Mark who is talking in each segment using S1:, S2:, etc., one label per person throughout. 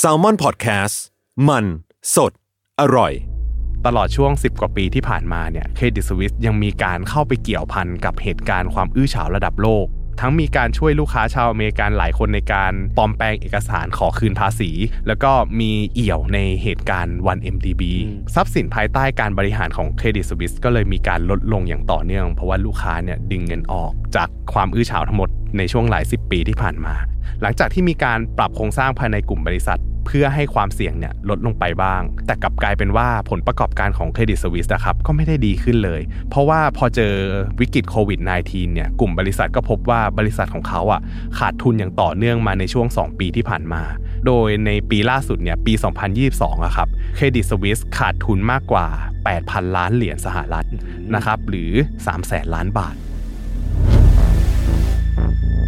S1: s a l ม o n PODCAST มันสดอร่อย
S2: ตลอดช่วง 10 กว่าปีที่ผ่านมาเนี่ยเครดิตสวิสยังมีการเข้าไปเกี่ยวพันกับเหตุการณ์ความอื้อฉาวระดับโลก ทั้งมีการช่วยลูกค้าชาวอเมริกันหลายคนในการปลอมแปลงเอกสารขอคืนภาษี แล้วก็มีเอี่ยวในเหตุการณ์วัน MDB ทรัพย์สินภายใต้การบริหารของเครดิตสวิสก็เลยมีการลดลงอย่างต่อเนื่อง เพราะว่าลูกค้าเนี่ยดึงเงินออกจากความอื้อฉาวทั้งหมดในช่วงหลาย 10 ปีที่ผ่านมา หลังจากที่มีการปรับโครงสร้างภายในกลุ่มบริษัท เพื่อให้ความเสี่ยงเนี่ยลดลงไปบ้าง แต่กลับกลายเป็นว่าผลประกอบการของเครดิตสวิสนะครับก็ไม่ได้ดีขึ้นเลย เพราะว่าพอเจอวิกฤตโควิด -19 เนี่ยกลุ่มบริษัทก็พบว่าบริษัทของเขาอ่ะขาดทุนอย่างต่อเนื่องมาในช่วง 2 ปีที่ผ่านมา โดยในปีล่าสุดเนี่ยปี 2022อะครับเครดิตสวิสขาดทุนมากกว่า 8,000 ล้านเหรียญสหรัฐนะครับหรือ 3 0 0แสนล้านบาท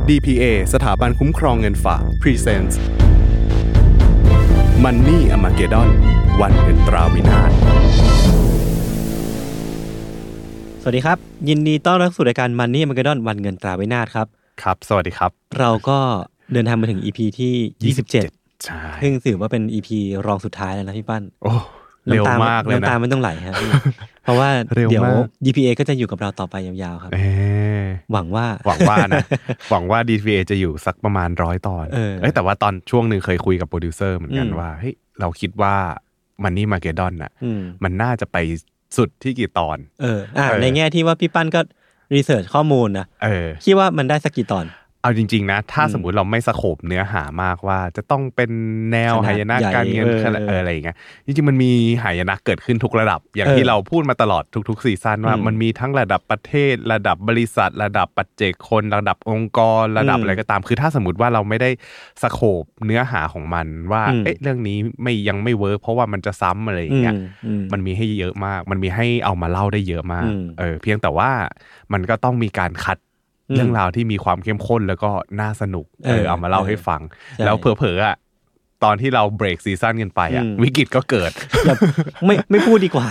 S2: DPA สถาบันคุ้มครองเงินฝาก Presents Money a m a g e d o n วันเงินตราวินาศ
S3: สวัสดีครับ ยินดีต้อนรับสู่รายการมันนี่มันกระดอนวันเงินตราไว้นาทครับ
S2: ครับ สวัสดีครับ
S3: เราก็เดินทางมาถึง EP ที่ 27
S2: ใช่
S3: ซึ่งถือว่าเป็น EP รองสุดท้ายแล้วนะพี่ปั้น
S2: โอ้เร็ว
S3: น้ำต
S2: มากเลย
S3: น้ำ
S2: นะ
S3: ตาไม่ต้องไหลฮะ พี่ เพราะว่า
S2: เร็วมาก
S3: เดี๋ยว DPA ก็จะอยู่กับเราต่อไปยาวๆครับ
S2: เออ
S3: หวังว่า
S2: หวังว่า นะ หวังว่า DPA จะอยู่สักประมาณร้อยตอน
S3: เออ
S2: เอ้ยแต่ว่าตอนช่วงหนึ่งเคยคุยกับโปรดิวเซอร์เหมือนกัน
S3: อืม
S2: ว่าเฮ้ยเราคิดว่ามันนี่มาเกดอนน่ะ
S3: อืม
S2: มันน่าจะไปสุดที่กี่ตอน
S3: เอออ่ะ
S2: เออ
S3: ในแง่ที่ว่าพี่ปั้นก็รีเสิร์ชข้อมูลนะ
S2: เออ
S3: คิดว่ามันได้สักกี่ตอน
S2: เอาจริง ๆ นะ ถ้า
S3: อืม
S2: สมมติเราไม่สโคบเนื้อหามากว่า จะต้องเป็นแนว
S3: ขนาด
S2: หายนะ
S3: ใหญ่
S2: การเงิน
S3: เออ
S2: ขนาด
S3: เออ
S2: เอออะไรอย่างเงี้ยจริง ๆ มันมีหายนะเกิดขึ้นทุกระดับ อย่าง
S3: เออ
S2: ที่เราพูดมาตลอดทุก ๆ ซีซั่นว่า
S3: อืม
S2: มันมีทั้งระดับประเทศ ระดับบริษัท ระดับปัจเจกคน ระดับองค์กร ระดับ
S3: อืม
S2: อะไรก็ตาม คือถ้าสมมติว่าเราไม่ได้สโคบเนื้อหาของมันว่า
S3: อืม
S2: เอ๊ะเรื่องนี้ไม่ยังไม่เวิร์กเพราะว่ามันจะซ้ำอะไรอย่างเงี้ย
S3: อืม
S2: มันมีให้เยอะมาก มันมีให้เอามาเล่าได้เยอะมาก
S3: อืม
S2: เออ เพียงแต่ว่ามันก็ต้องมีการคัด
S3: อืม
S2: เรื่องราวที่มีความเข้มข้นแล้วก็น่าสนุก เอ
S3: เอ
S2: อ
S3: อ
S2: เอามาเล่าให้ฟัง
S3: ใช่
S2: แล้วเผลอๆอ่ะ ตอนที่เราเบรกซีซั่นกันไปอ่ะ
S3: อืม
S2: วิกฤตก็เกิด
S3: อย่าไม่ไม่พูดดีกว่า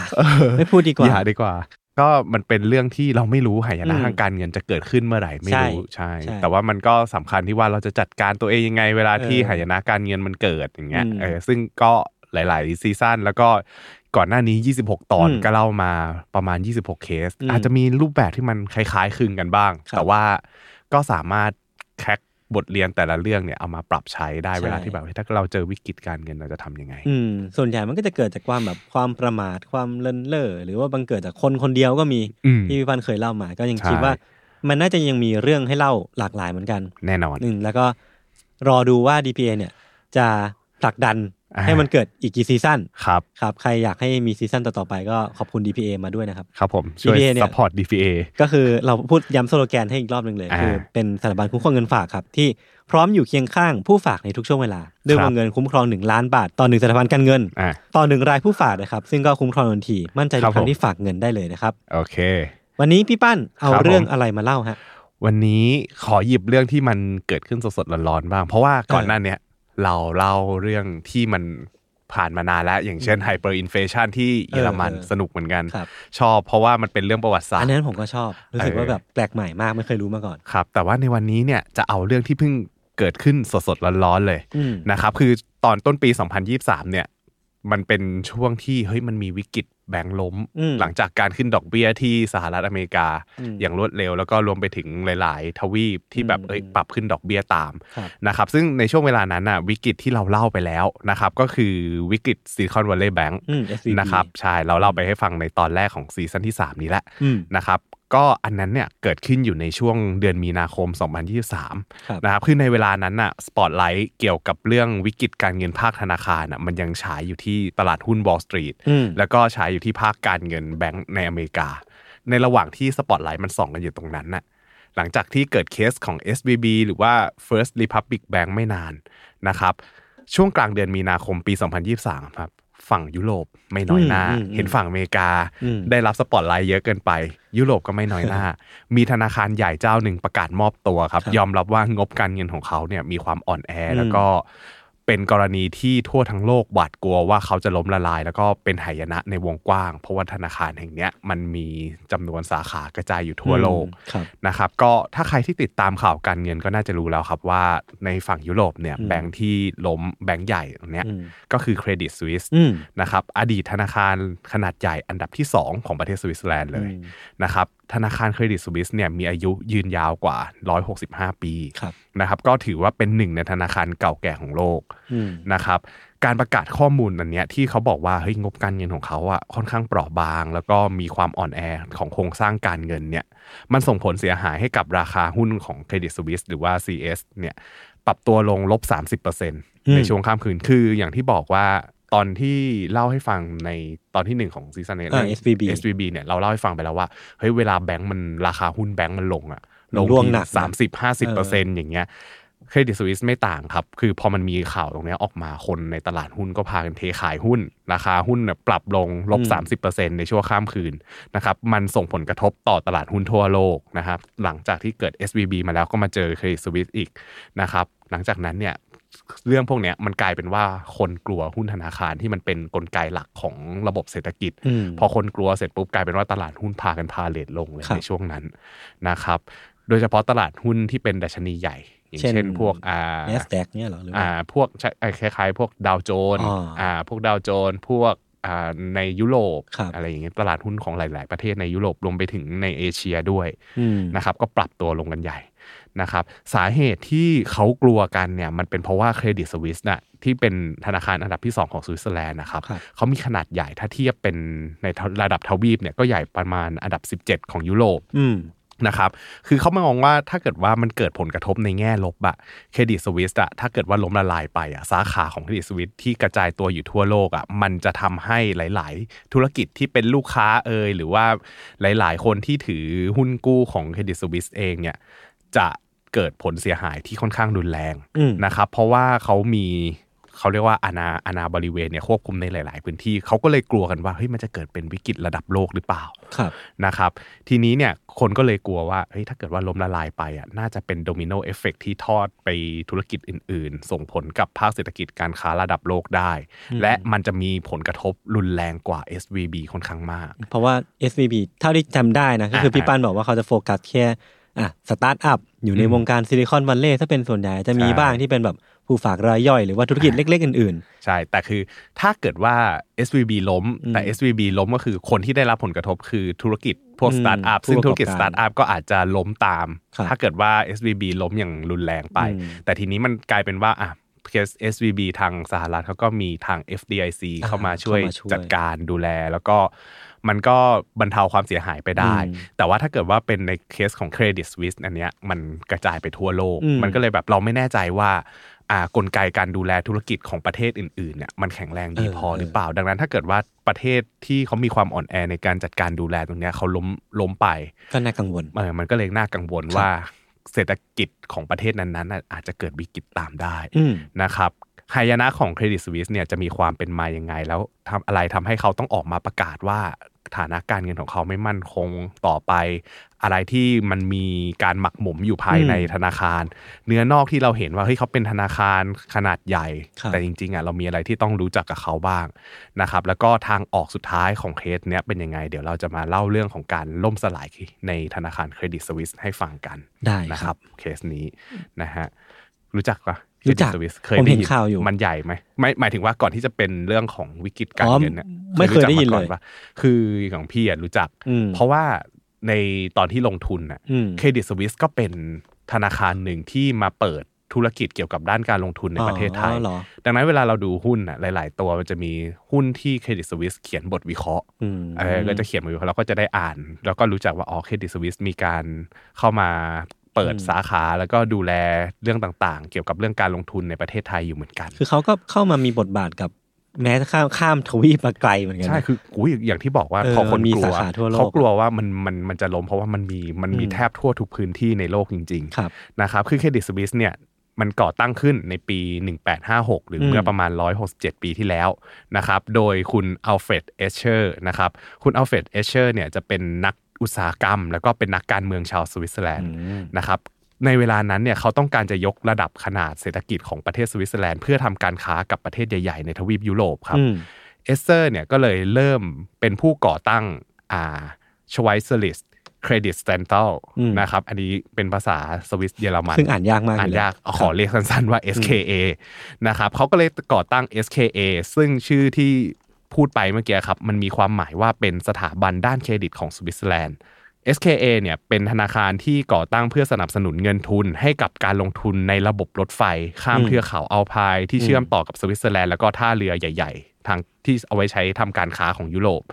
S3: ไม่พูดดีกว่า
S2: อย่าดีกว่า ก็มันเป็นเรื่องที่เราไม่รู้หายนะ
S3: อืม
S2: ทางการเงินจะเกิดขึ้นเมื่อไหร่ไม่รู้ใช่
S3: ใช่
S2: แต่ว่ามันก็สำคัญที่ว่าเราจะจัดการตัวเองยังไง เวลาที่
S3: เออ
S2: หายนะการเงินมันเกิดอย่างเงี้ย
S3: อืม
S2: เออซึ่งก็หลาย ๆ ซีซั่นแล้วก็ก่อนหน้านี้ 26 ตอน
S3: อืม
S2: ก็เล่ามาประมาณ 26 เคส
S3: อืม
S2: อาจจะมีรูปแบบที่มันคล้าย ๆคลึงกันบ้าง
S3: ครับ
S2: แต่ว่าก็สามารถแคกบทเรียนแต่ละเรื่องเนี่ยเอามาปรับใช้ได้
S3: ใช่
S2: เวลาที่แบบเฮ้ยถ้าเราเจอวิกฤตการเงินเราจะทำยังไง
S3: อืมส่วนใหญ่มันก็จะเกิดจากความแบบความประมาทความเลินเล่อหรือว่าบังเกิดจากคนคนเดียวก็มี
S2: อืม
S3: ที่พี่พันธ์เคยเล่ามา ก็ยัง
S2: ใช่
S3: คิดว่า มันน่าจะยังมีเรื่องให้เล่าหลากหลายเหมือนกัน
S2: แน่นอน
S3: อืมแล้วก็รอดูว่า DPA เนี่ย จะผลักดัน
S2: อ่า
S3: ให้มันเกิดอีกกี่ซีซั่น
S2: ครับ
S3: ครับ ใครอยากให้มีซีซั่นต่อๆไปก็ขอบคุณ DPA มาด้วยนะครับ
S2: ครับผมช่วย
S3: DPA เนี่ย
S2: support DPA
S3: ก็คือเราพูดย้ำสโลแกนให้อีกรอบหนึ่งเลย
S2: อ่า
S3: คือเป็นสถาบันคุ้มครองเงินฝากครับ ที่พร้อมอยู่เคียงข้างผู้ฝากในทุกช่วงเวลาด้วย
S2: ครับ
S3: วงเงินคุ้มครองหนึ่งล้านบาทต่อหนึ่งสถาบันการเงิน
S2: อ่ะ
S3: ต่อหนึ่งรายผู้ฝากนะครับซึ่งก็คุ้มครองทันที มั่นใจ
S2: ครั
S3: ทุ
S2: บ
S3: กครั้
S2: ผม
S3: งที่ฝากเงินได้เลยนะครับ
S2: โอเค
S3: วันนี้พี่ปั้นเอา
S2: ครับผม
S3: เรื่องอะไรมาเล่าฮะ
S2: วันนี้ขอหยิบเรื่องที่มันเกิดขึ้นสดๆร้อนๆบ้าง เพราะว่าก่อน
S3: เออ
S2: หน้าเนี้ยเราเล่าเรื่องที่มันผ่านมานานแล้ว อย่างเช่นไฮเปอร์อินเฟชันที่เยอรมัน
S3: เออเออ
S2: สนุกเหมือนกัน
S3: ครับ
S2: ชอบเพราะว่ามันเป็นเรื่องประวัติศาสต
S3: อัน
S2: ร์
S3: นั้นผมก็ชอบ รู้สึก
S2: เออ
S3: ว่าแบบแปลกใหม่มากไม่เคยรู้มาก่อน
S2: ครับ แต่ว่าในวันนี้เนี่ยจะเอาเรื่องที่เพิ่งเกิดขึ้นสดๆร้อนๆเลย
S3: อืม
S2: นะครับคือตอนต้นปี 2023 เนี่ย มันเป็นช่วงที่เฮ้ยมันมีวิกฤตแบงค์ล้ม
S3: อืม
S2: หลังจากการขึ้นดอกเบี้ยที่สหรัฐอเมริกา
S3: อืม
S2: อย่างรวดเร็ว แล้วก็รวมไปถึงหลาย ๆ ทวีปที่แบบ
S3: อืม
S2: เอ้ย
S3: อืม
S2: ปรับขึ้นดอกเบี้ยตาม
S3: ครับ
S2: นะครับซึ่งในช่วงเวลานั้นน่ะวิกฤตที่เราเล่าไปแล้วนะครับก็คือวิกฤตซิลิคอนวัลเลย์แบงค์
S3: อืม SVB
S2: นะครับใช่เราเล่าไปให้ฟังในตอนแรกของซีซั่นที่ 3 นี้แหละ
S3: อืม
S2: นะครับก็อันนั้นเนี่ยเกิดขึ้นอยู่ในช่วงเดือนมีนาคม
S3: ครับ
S2: 2023 นะครับคือในเวลานั้นน่ะสปอตไลท์เกี่ยวกับเรื่องวิกฤตการเงินภาคธนาคารน่ะมันยังฉายอยู่ที่ตลาดหุ้น Wall Street
S3: อืม
S2: แล้วก็ฉายอยู่ที่ภาคการเงินแบงก์ในอเมริกา ในระหว่างที่สปอตไลท์มันส่องกันอยู่ตรงนั้นน่ะหลังจากที่เกิดเคสของ SBB หรือว่า First Republic Bank ไม่นานนะครับช่วงกลางเดือนมีนาคมปี 2023ครับฝั่งยุโรปไม่น้อยหน้า
S3: อืมอืมอืม
S2: เห็น ฝั่งอเมริกา
S3: อืม
S2: ได้รับสปอตไลท์เยอะเกินไป ยุโรปก็ไม่น้อยหน้า มีธนาคารใหญ่เจ้าหนึ่งประกาศมอบตัวครับ ยอมรับว่างบการเงินของเขาเนี่ยมีความอ่อนแอแล้วก็ เป็นกรณีที่ทั่วทั้งโลกหวาดกลัวว่าเขาจะล้มละลาย แล้วก็เป็นหายนะในวงกว้าง เพราะว่าธนาคารแห่งเนี้ยมันมีจำนวนสาขากระจายอยู่ทั่วโลก
S3: ครับ
S2: นะครับก็ถ้าใครที่ติดตามข่าวการเงินก็น่าจะรู้แล้วครับว่าในฝั่งยุโรปเนี่ย
S3: อืม
S2: แบงค์ที่ล้มแบงค์ใหญ่ตรงเนี้ย
S3: อืม
S2: ก็คือเครดิตสวิส
S3: อืม
S2: นะครับอดีตธนาคารขนาดใหญ่อันดับที่ 2 ของประเทศสวิตเซอร์แลนด์เลย
S3: อืม
S2: นะครับธนาคารเครดิตสวิสเนี่ยมีอายุยืนยาวกว่า 165 ปี
S3: ครับ
S2: นะครับก็ถือว่าเป็นหนึ่งในธนาคารเก่าแก่ของโลก
S3: อืม
S2: นะครับการประกาศข้อมูลอันเนี้ยที่เขาบอกว่าเฮ้ยงบการเงินของเขาอะค่อนข้างเปราะบาง แล้วก็มีความอ่อนแอของโครงสร้างการเงินเนี่ย มันส่งผลเสียหายให้กับราคาหุ้นของเครดิตสวิสหรือว่า CS เนี่ยปรับตัวลงลบ 30%ในช่วงข้ามคืนคืออย่างที่บอกว่าตอนที่เล่าให้ฟังในตอนที่หนึ่งของซีซันเน
S3: อ่า SVB
S2: SVB เนี่ยเราเล่าให้ฟังไปแล้วว่าเฮ้ยเวลาแบงก์มันราคาหุ้นแบงก์มันลงอะล
S3: มัน
S2: ง
S3: ร่วงหนัก
S2: สามสิบห้าสิบ
S3: เอ
S2: เปอร์เซ็นต์อย่างเงี้ยเครดิตสวิสไม่ต่างครับ คือพอมันมีข่าวตรงเนี้ยออกมาคนในตลาดหุ้นก็พากันเทขายหุ้น ราคาหุ้นเนี่ยปรับลงล
S3: อื
S2: บ
S3: ม
S2: สามสิบเปอร์เซ็นต์ในชั่วข้ามคืน นะครับมันส่งผลกระทบต่อตลาดหุ้นทั่วโลกนะครับหลังจากที่เกิด SVB มาแล้วก็มาเจอเครดิตสวิสอีกนะครับหลังจากนั้นเนี่ยเรื่องพวกเนี้ยมันกลายเป็นว่าคนกลัวหุ้นธนาคารที่มันเป็นกลไกหลักของระบบเศรษฐกิจ
S3: อืม
S2: พอคนกลัวเสร็จปุ๊บกลายเป็นว่าตลาดหุ้นพากันพาเลทลงเลย
S3: ครับ
S2: ในช่วงนั้นนะครับโดยเฉพาะตลาดหุ้นที่เป็นดัชนีใหญ่ อย่าง
S3: เช่น
S2: เช่นพวกอ่า
S3: เนสแดกเนี่ยเหรอหรือว่า
S2: อ่าพวกใช่อ่าคล้ายๆ พวกดาวโจนส์
S3: อ่า
S2: อ่าพวกดาวโจนส์พวกอ่าในยุโรป
S3: ครับ
S2: อะไรอย่างเงี้ยตลาดหุ้นของหลาย ๆ ประเทศในยุโรปรวมไปถึงในเอเชียด้วย
S3: อืม
S2: นะครับก็ปรับตัวลงกันใหญ่นะครับสาเหตุที่เขากลัวกันเนี่ยมันเป็นเพราะว่าเครดิตสวิสน่ะที่เป็นธนาคารอันดับที่ 2 ของสวิตเซอร์แลนด์นะครับ
S3: ครับ
S2: เขามีขนาดใหญ่ถ้าเทียบเป็นในระดับทวีปเนี่ยก็ใหญ่ประมาณอันดับ 17 ของยุโรป
S3: อืม
S2: นะครับ คือเขามองว่าถ้าเกิดว่ามันเกิดผลกระทบในแง่ลบอะเครดิตสวิสอะถ้าเกิดว่าล้มละลายไปอะสาขาของเครดิตสวิสที่กระจายตัวอยู่ทั่วโลกอะมันจะทำให้หลาย ๆ ธุรกิจที่เป็นลูกค้าเอยหรือว่าหลาย ๆ คนที่ถือหุ้นกู้ของเครดิตสวิสเองเนี่ยจะเกิดผลเสียหายที่ค่อนข้างรุนแรง
S3: อืม
S2: นะครับ เพราะว่าเขามีเขาเรียกว่าอาณาอาณาบริเวณเนี่ยควบคุมในหลาย ๆ พื้นที่เขาก็เลยกลัวกันว่าเฮ้ยมันจะเกิดเป็นวิกฤตระดับโลกหรือเปล่า
S3: ครับ
S2: นะครับทีนี้เนี่ยคนก็เลยกลัวว่าเฮ้ยถ้าเกิดว่าล้มละลายไปอ่ะน่าจะเป็นโดมิโนเอฟเฟกที่ทอดไปธุรกิจอื่น ๆ ส่งผลกับภาคเศรษฐกิจการค้าระดับโลกได้
S3: อืม
S2: และมันจะมีผลกระทบรุนแรงกว่า SVB ค่อนข้างมาก
S3: เพราะว่า SVB เท่าที่จำได้นะ ก็คือ
S2: อ่า
S3: พี่ปันบอกว่าเขาจะโฟกัสแค่อ่ะสตาร์ทอัพอยู่ใน
S2: อืม
S3: วงการซิลิคอนวั l เลย์ถ้าเป็นส่วนใหญ่จะมี
S2: ใช่
S3: บ้างที่เป็นแบบผู้ฝากรายย่อยหรือว่าธุรกิจเล็กๆ อื่น
S2: ใช่ แต่คือถ้าเกิดว่า SVB ล้ม แต่
S3: อืม
S2: SVB ล้มก็คือคนที่ได้รับผลกระทบคือธุรกิจพวก
S3: อืม
S2: สตาร์ทอัพ
S3: ผู้
S2: ซึ่ง
S3: ประกอบ
S2: ธุรกิจสตาร์ทอัพก็อาจจะล้มตาม
S3: ครับ
S2: ถ้าเกิดว่า SVB ล้มอย่างรุนแรงไป
S3: อืม
S2: แต่ทีนี้มันกลายเป็นว่าอ่ะเคส SVB ทางสหรัฐเขาก็มีทาง FDIC
S3: อ่า
S2: เข้ามาช่วย
S3: เข้ามาช่วย
S2: จัดการดูแล แล้วก็มันก็บรรเทาความเสียหายไปได้
S3: อืม
S2: แต่ว่าถ้าเกิดว่าเป็นในเคสของเครดิตสวิสอันเนี้ยมันกระจายไปทั่วโลก
S3: อืม
S2: มันก็เลยแบบเราไม่แน่ใจว่า อ่ากลไกการดูแลธุรกิจของประเทศอื่นๆเนี่ยมันแข็งแรงดี
S3: เออ
S2: พอหรือ
S3: เออ
S2: เปล่า ดังนั้นถ้าเกิดว่าประเทศที่เขามีความอ่อนแอในการจัดการดูแลตรงเนี้ยเขาล้มล้มไป
S3: ๆ ก็น่ากังวล
S2: เออมันก็เลยน่ากังวล
S3: ครับ
S2: ว่าเศรษฐกิจของประเทศนั้นๆน่ะอาจจะเกิดวิกฤตตามได้
S3: อืม
S2: นะครับหายนะของเครดิตสวิสเนี่ยจะมีความเป็นมายังไง แล้วทำอะไรทำให้เขาต้องออกมาประกาศว่าฐานะการเงินของเขาไม่มั่นคงต่อไป อะไรที่มันมีการหมักหมมอยู่ภายใน
S3: อืม
S2: ธนาคาร เนื้อนอกที่เราเห็นว่าเฮ้ยเขาเป็นธนาคารขนาดใหญ่
S3: ครับ
S2: แต่จริงๆอ่ะเรามีอะไรที่ต้องรู้จักกับเขาบ้างนะครับแล้วก็ทางออกสุดท้ายของเคสเนี้ยเป็นยังไง เดี๋ยวเราจะมาเล่าเรื่องของการล่มสลายในธนาคารเครดิตสวิสให้ฟังกัน
S3: ได้
S2: นะ
S3: ค
S2: ค
S3: รั
S2: รับ บเคสนี้นะฮะรู้จักปะ
S3: รู้จัก
S2: เคดิตสวิสเคย
S3: ผม
S2: ได้
S3: เห็น
S2: ยิน
S3: ข่าวอยู่
S2: มันใหญ่ไหมไม่หมายถึงว่าก่อนที่จะเป็นเรื่องของวิกฤตการ
S3: อ๋อ
S2: เงินเนี่ย
S3: ไม่เคยได้ยิน
S2: รู้จักมาก่อ
S3: เลย
S2: ปะคือของพี่อ่ะรู้จัก
S3: อืม
S2: เพราะว่าในตอนที่ลงทุนอ่ะ
S3: อืม
S2: เครดิตสวิสก็เป็นธนาคารหนึ่งที่มาเปิดธุรกิจเกี่ยวกับด้านการลงทุนในประเทศไทย
S3: อ๋อเหรอ
S2: ดังนั้นเวลาเราดูหุ้นน่ะหลาย ๆ ตัวมันจะมีหุ้นที่เครดิตสวิสเขียนบทวิเคราะห์
S3: อืม
S2: เออก็จะเขียนบทวิเคราะห์แล้วก็จะได้อ่าน แล้วก็รู้จักว่าอ๋อเครดิตสวิสมีการเข้ามาเปิด
S3: อืม
S2: สาขาแล้วก็ดูแลเรื่องต่าง ๆ เกี่ยวกับเรื่องการลงทุนในประเทศไทยอยู่เหมือนกัน
S3: คือเขาก็เข้ามามีบทบาทกับแม้จะข้ามข้ามทวีปมาไกลเหมือนกัน
S2: ใช่
S3: นะ
S2: คืออุ้ยอย่างที่บอกว่า
S3: เออ
S2: พอคนกลั
S3: มันมีสาว ขาทั่วโลก
S2: เขากลัวว่ามันมันมันจะล้มเพราะว่ามันมีมันมี
S3: อืม
S2: แทบทั่วทุกพื้นที่ในโลกจริง ๆ
S3: ครับ
S2: นะครับคือเครดิตสวิสเนี่ยมันก่อตั้งขึ้นในปี 1856 หรือ
S3: อืม
S2: เมื่อประมาณ 167 ปีที่แล้วนะครับโดยคุณอัลเฟรดเอเชอร์นะครับคุณอัลเฟรดเอเชอร์เนี่ยจะเป็นนักอุตสาหกรรม แล้วก็เป็นนักการเมืองชาวสวิตเซอร์แลนด์
S3: อืม
S2: นะครับ ในเวลานั้นเนี่ยเขาต้องการจะยกระดับขนาดเศรษฐกิจของประเทศสวิตเซอร์แลนด์เพื่อทำการค้ากับประเทศใหญ่ๆในทวีปยุโรปครับ
S3: อืม
S2: เอสเซอร์เนี่ยก็เลยเริ่มเป็นผู้ก่อตั้งอ่าชไวเซอริสเครดิตสแตนตัลนะครับอันนี้เป็นภาษาสวิสเยอรมัน
S3: ซึ่งอ่านยากมาก
S2: อ่าน
S3: เล
S2: ยากขอเรียกสั้นๆว่า SKA นะครับเขาก็เลยก่อตั้ง SKA ซึ่งชื่อที่พูดไปเมื่อกี้ครับ มันมีความหมายว่าเป็นสถาบันด้านเครดิตของสวิตเซอร์แลนด์ SKA เนี่ยเป็นธนาคารที่ก่อตั้งเพื่อสนับสนุนเงินทุน ให้กับการลงทุนในระบบรถไฟ ข้าม
S3: อืม
S2: เทือกเขาอัลไพน์ที่เชื่อมต่อกับสวิตเซอร์แลนด์แล้วก็ท่าเรือใหญ่ ๆ ทางที่เอาไว้ใช้ทำการค้าของยุโรป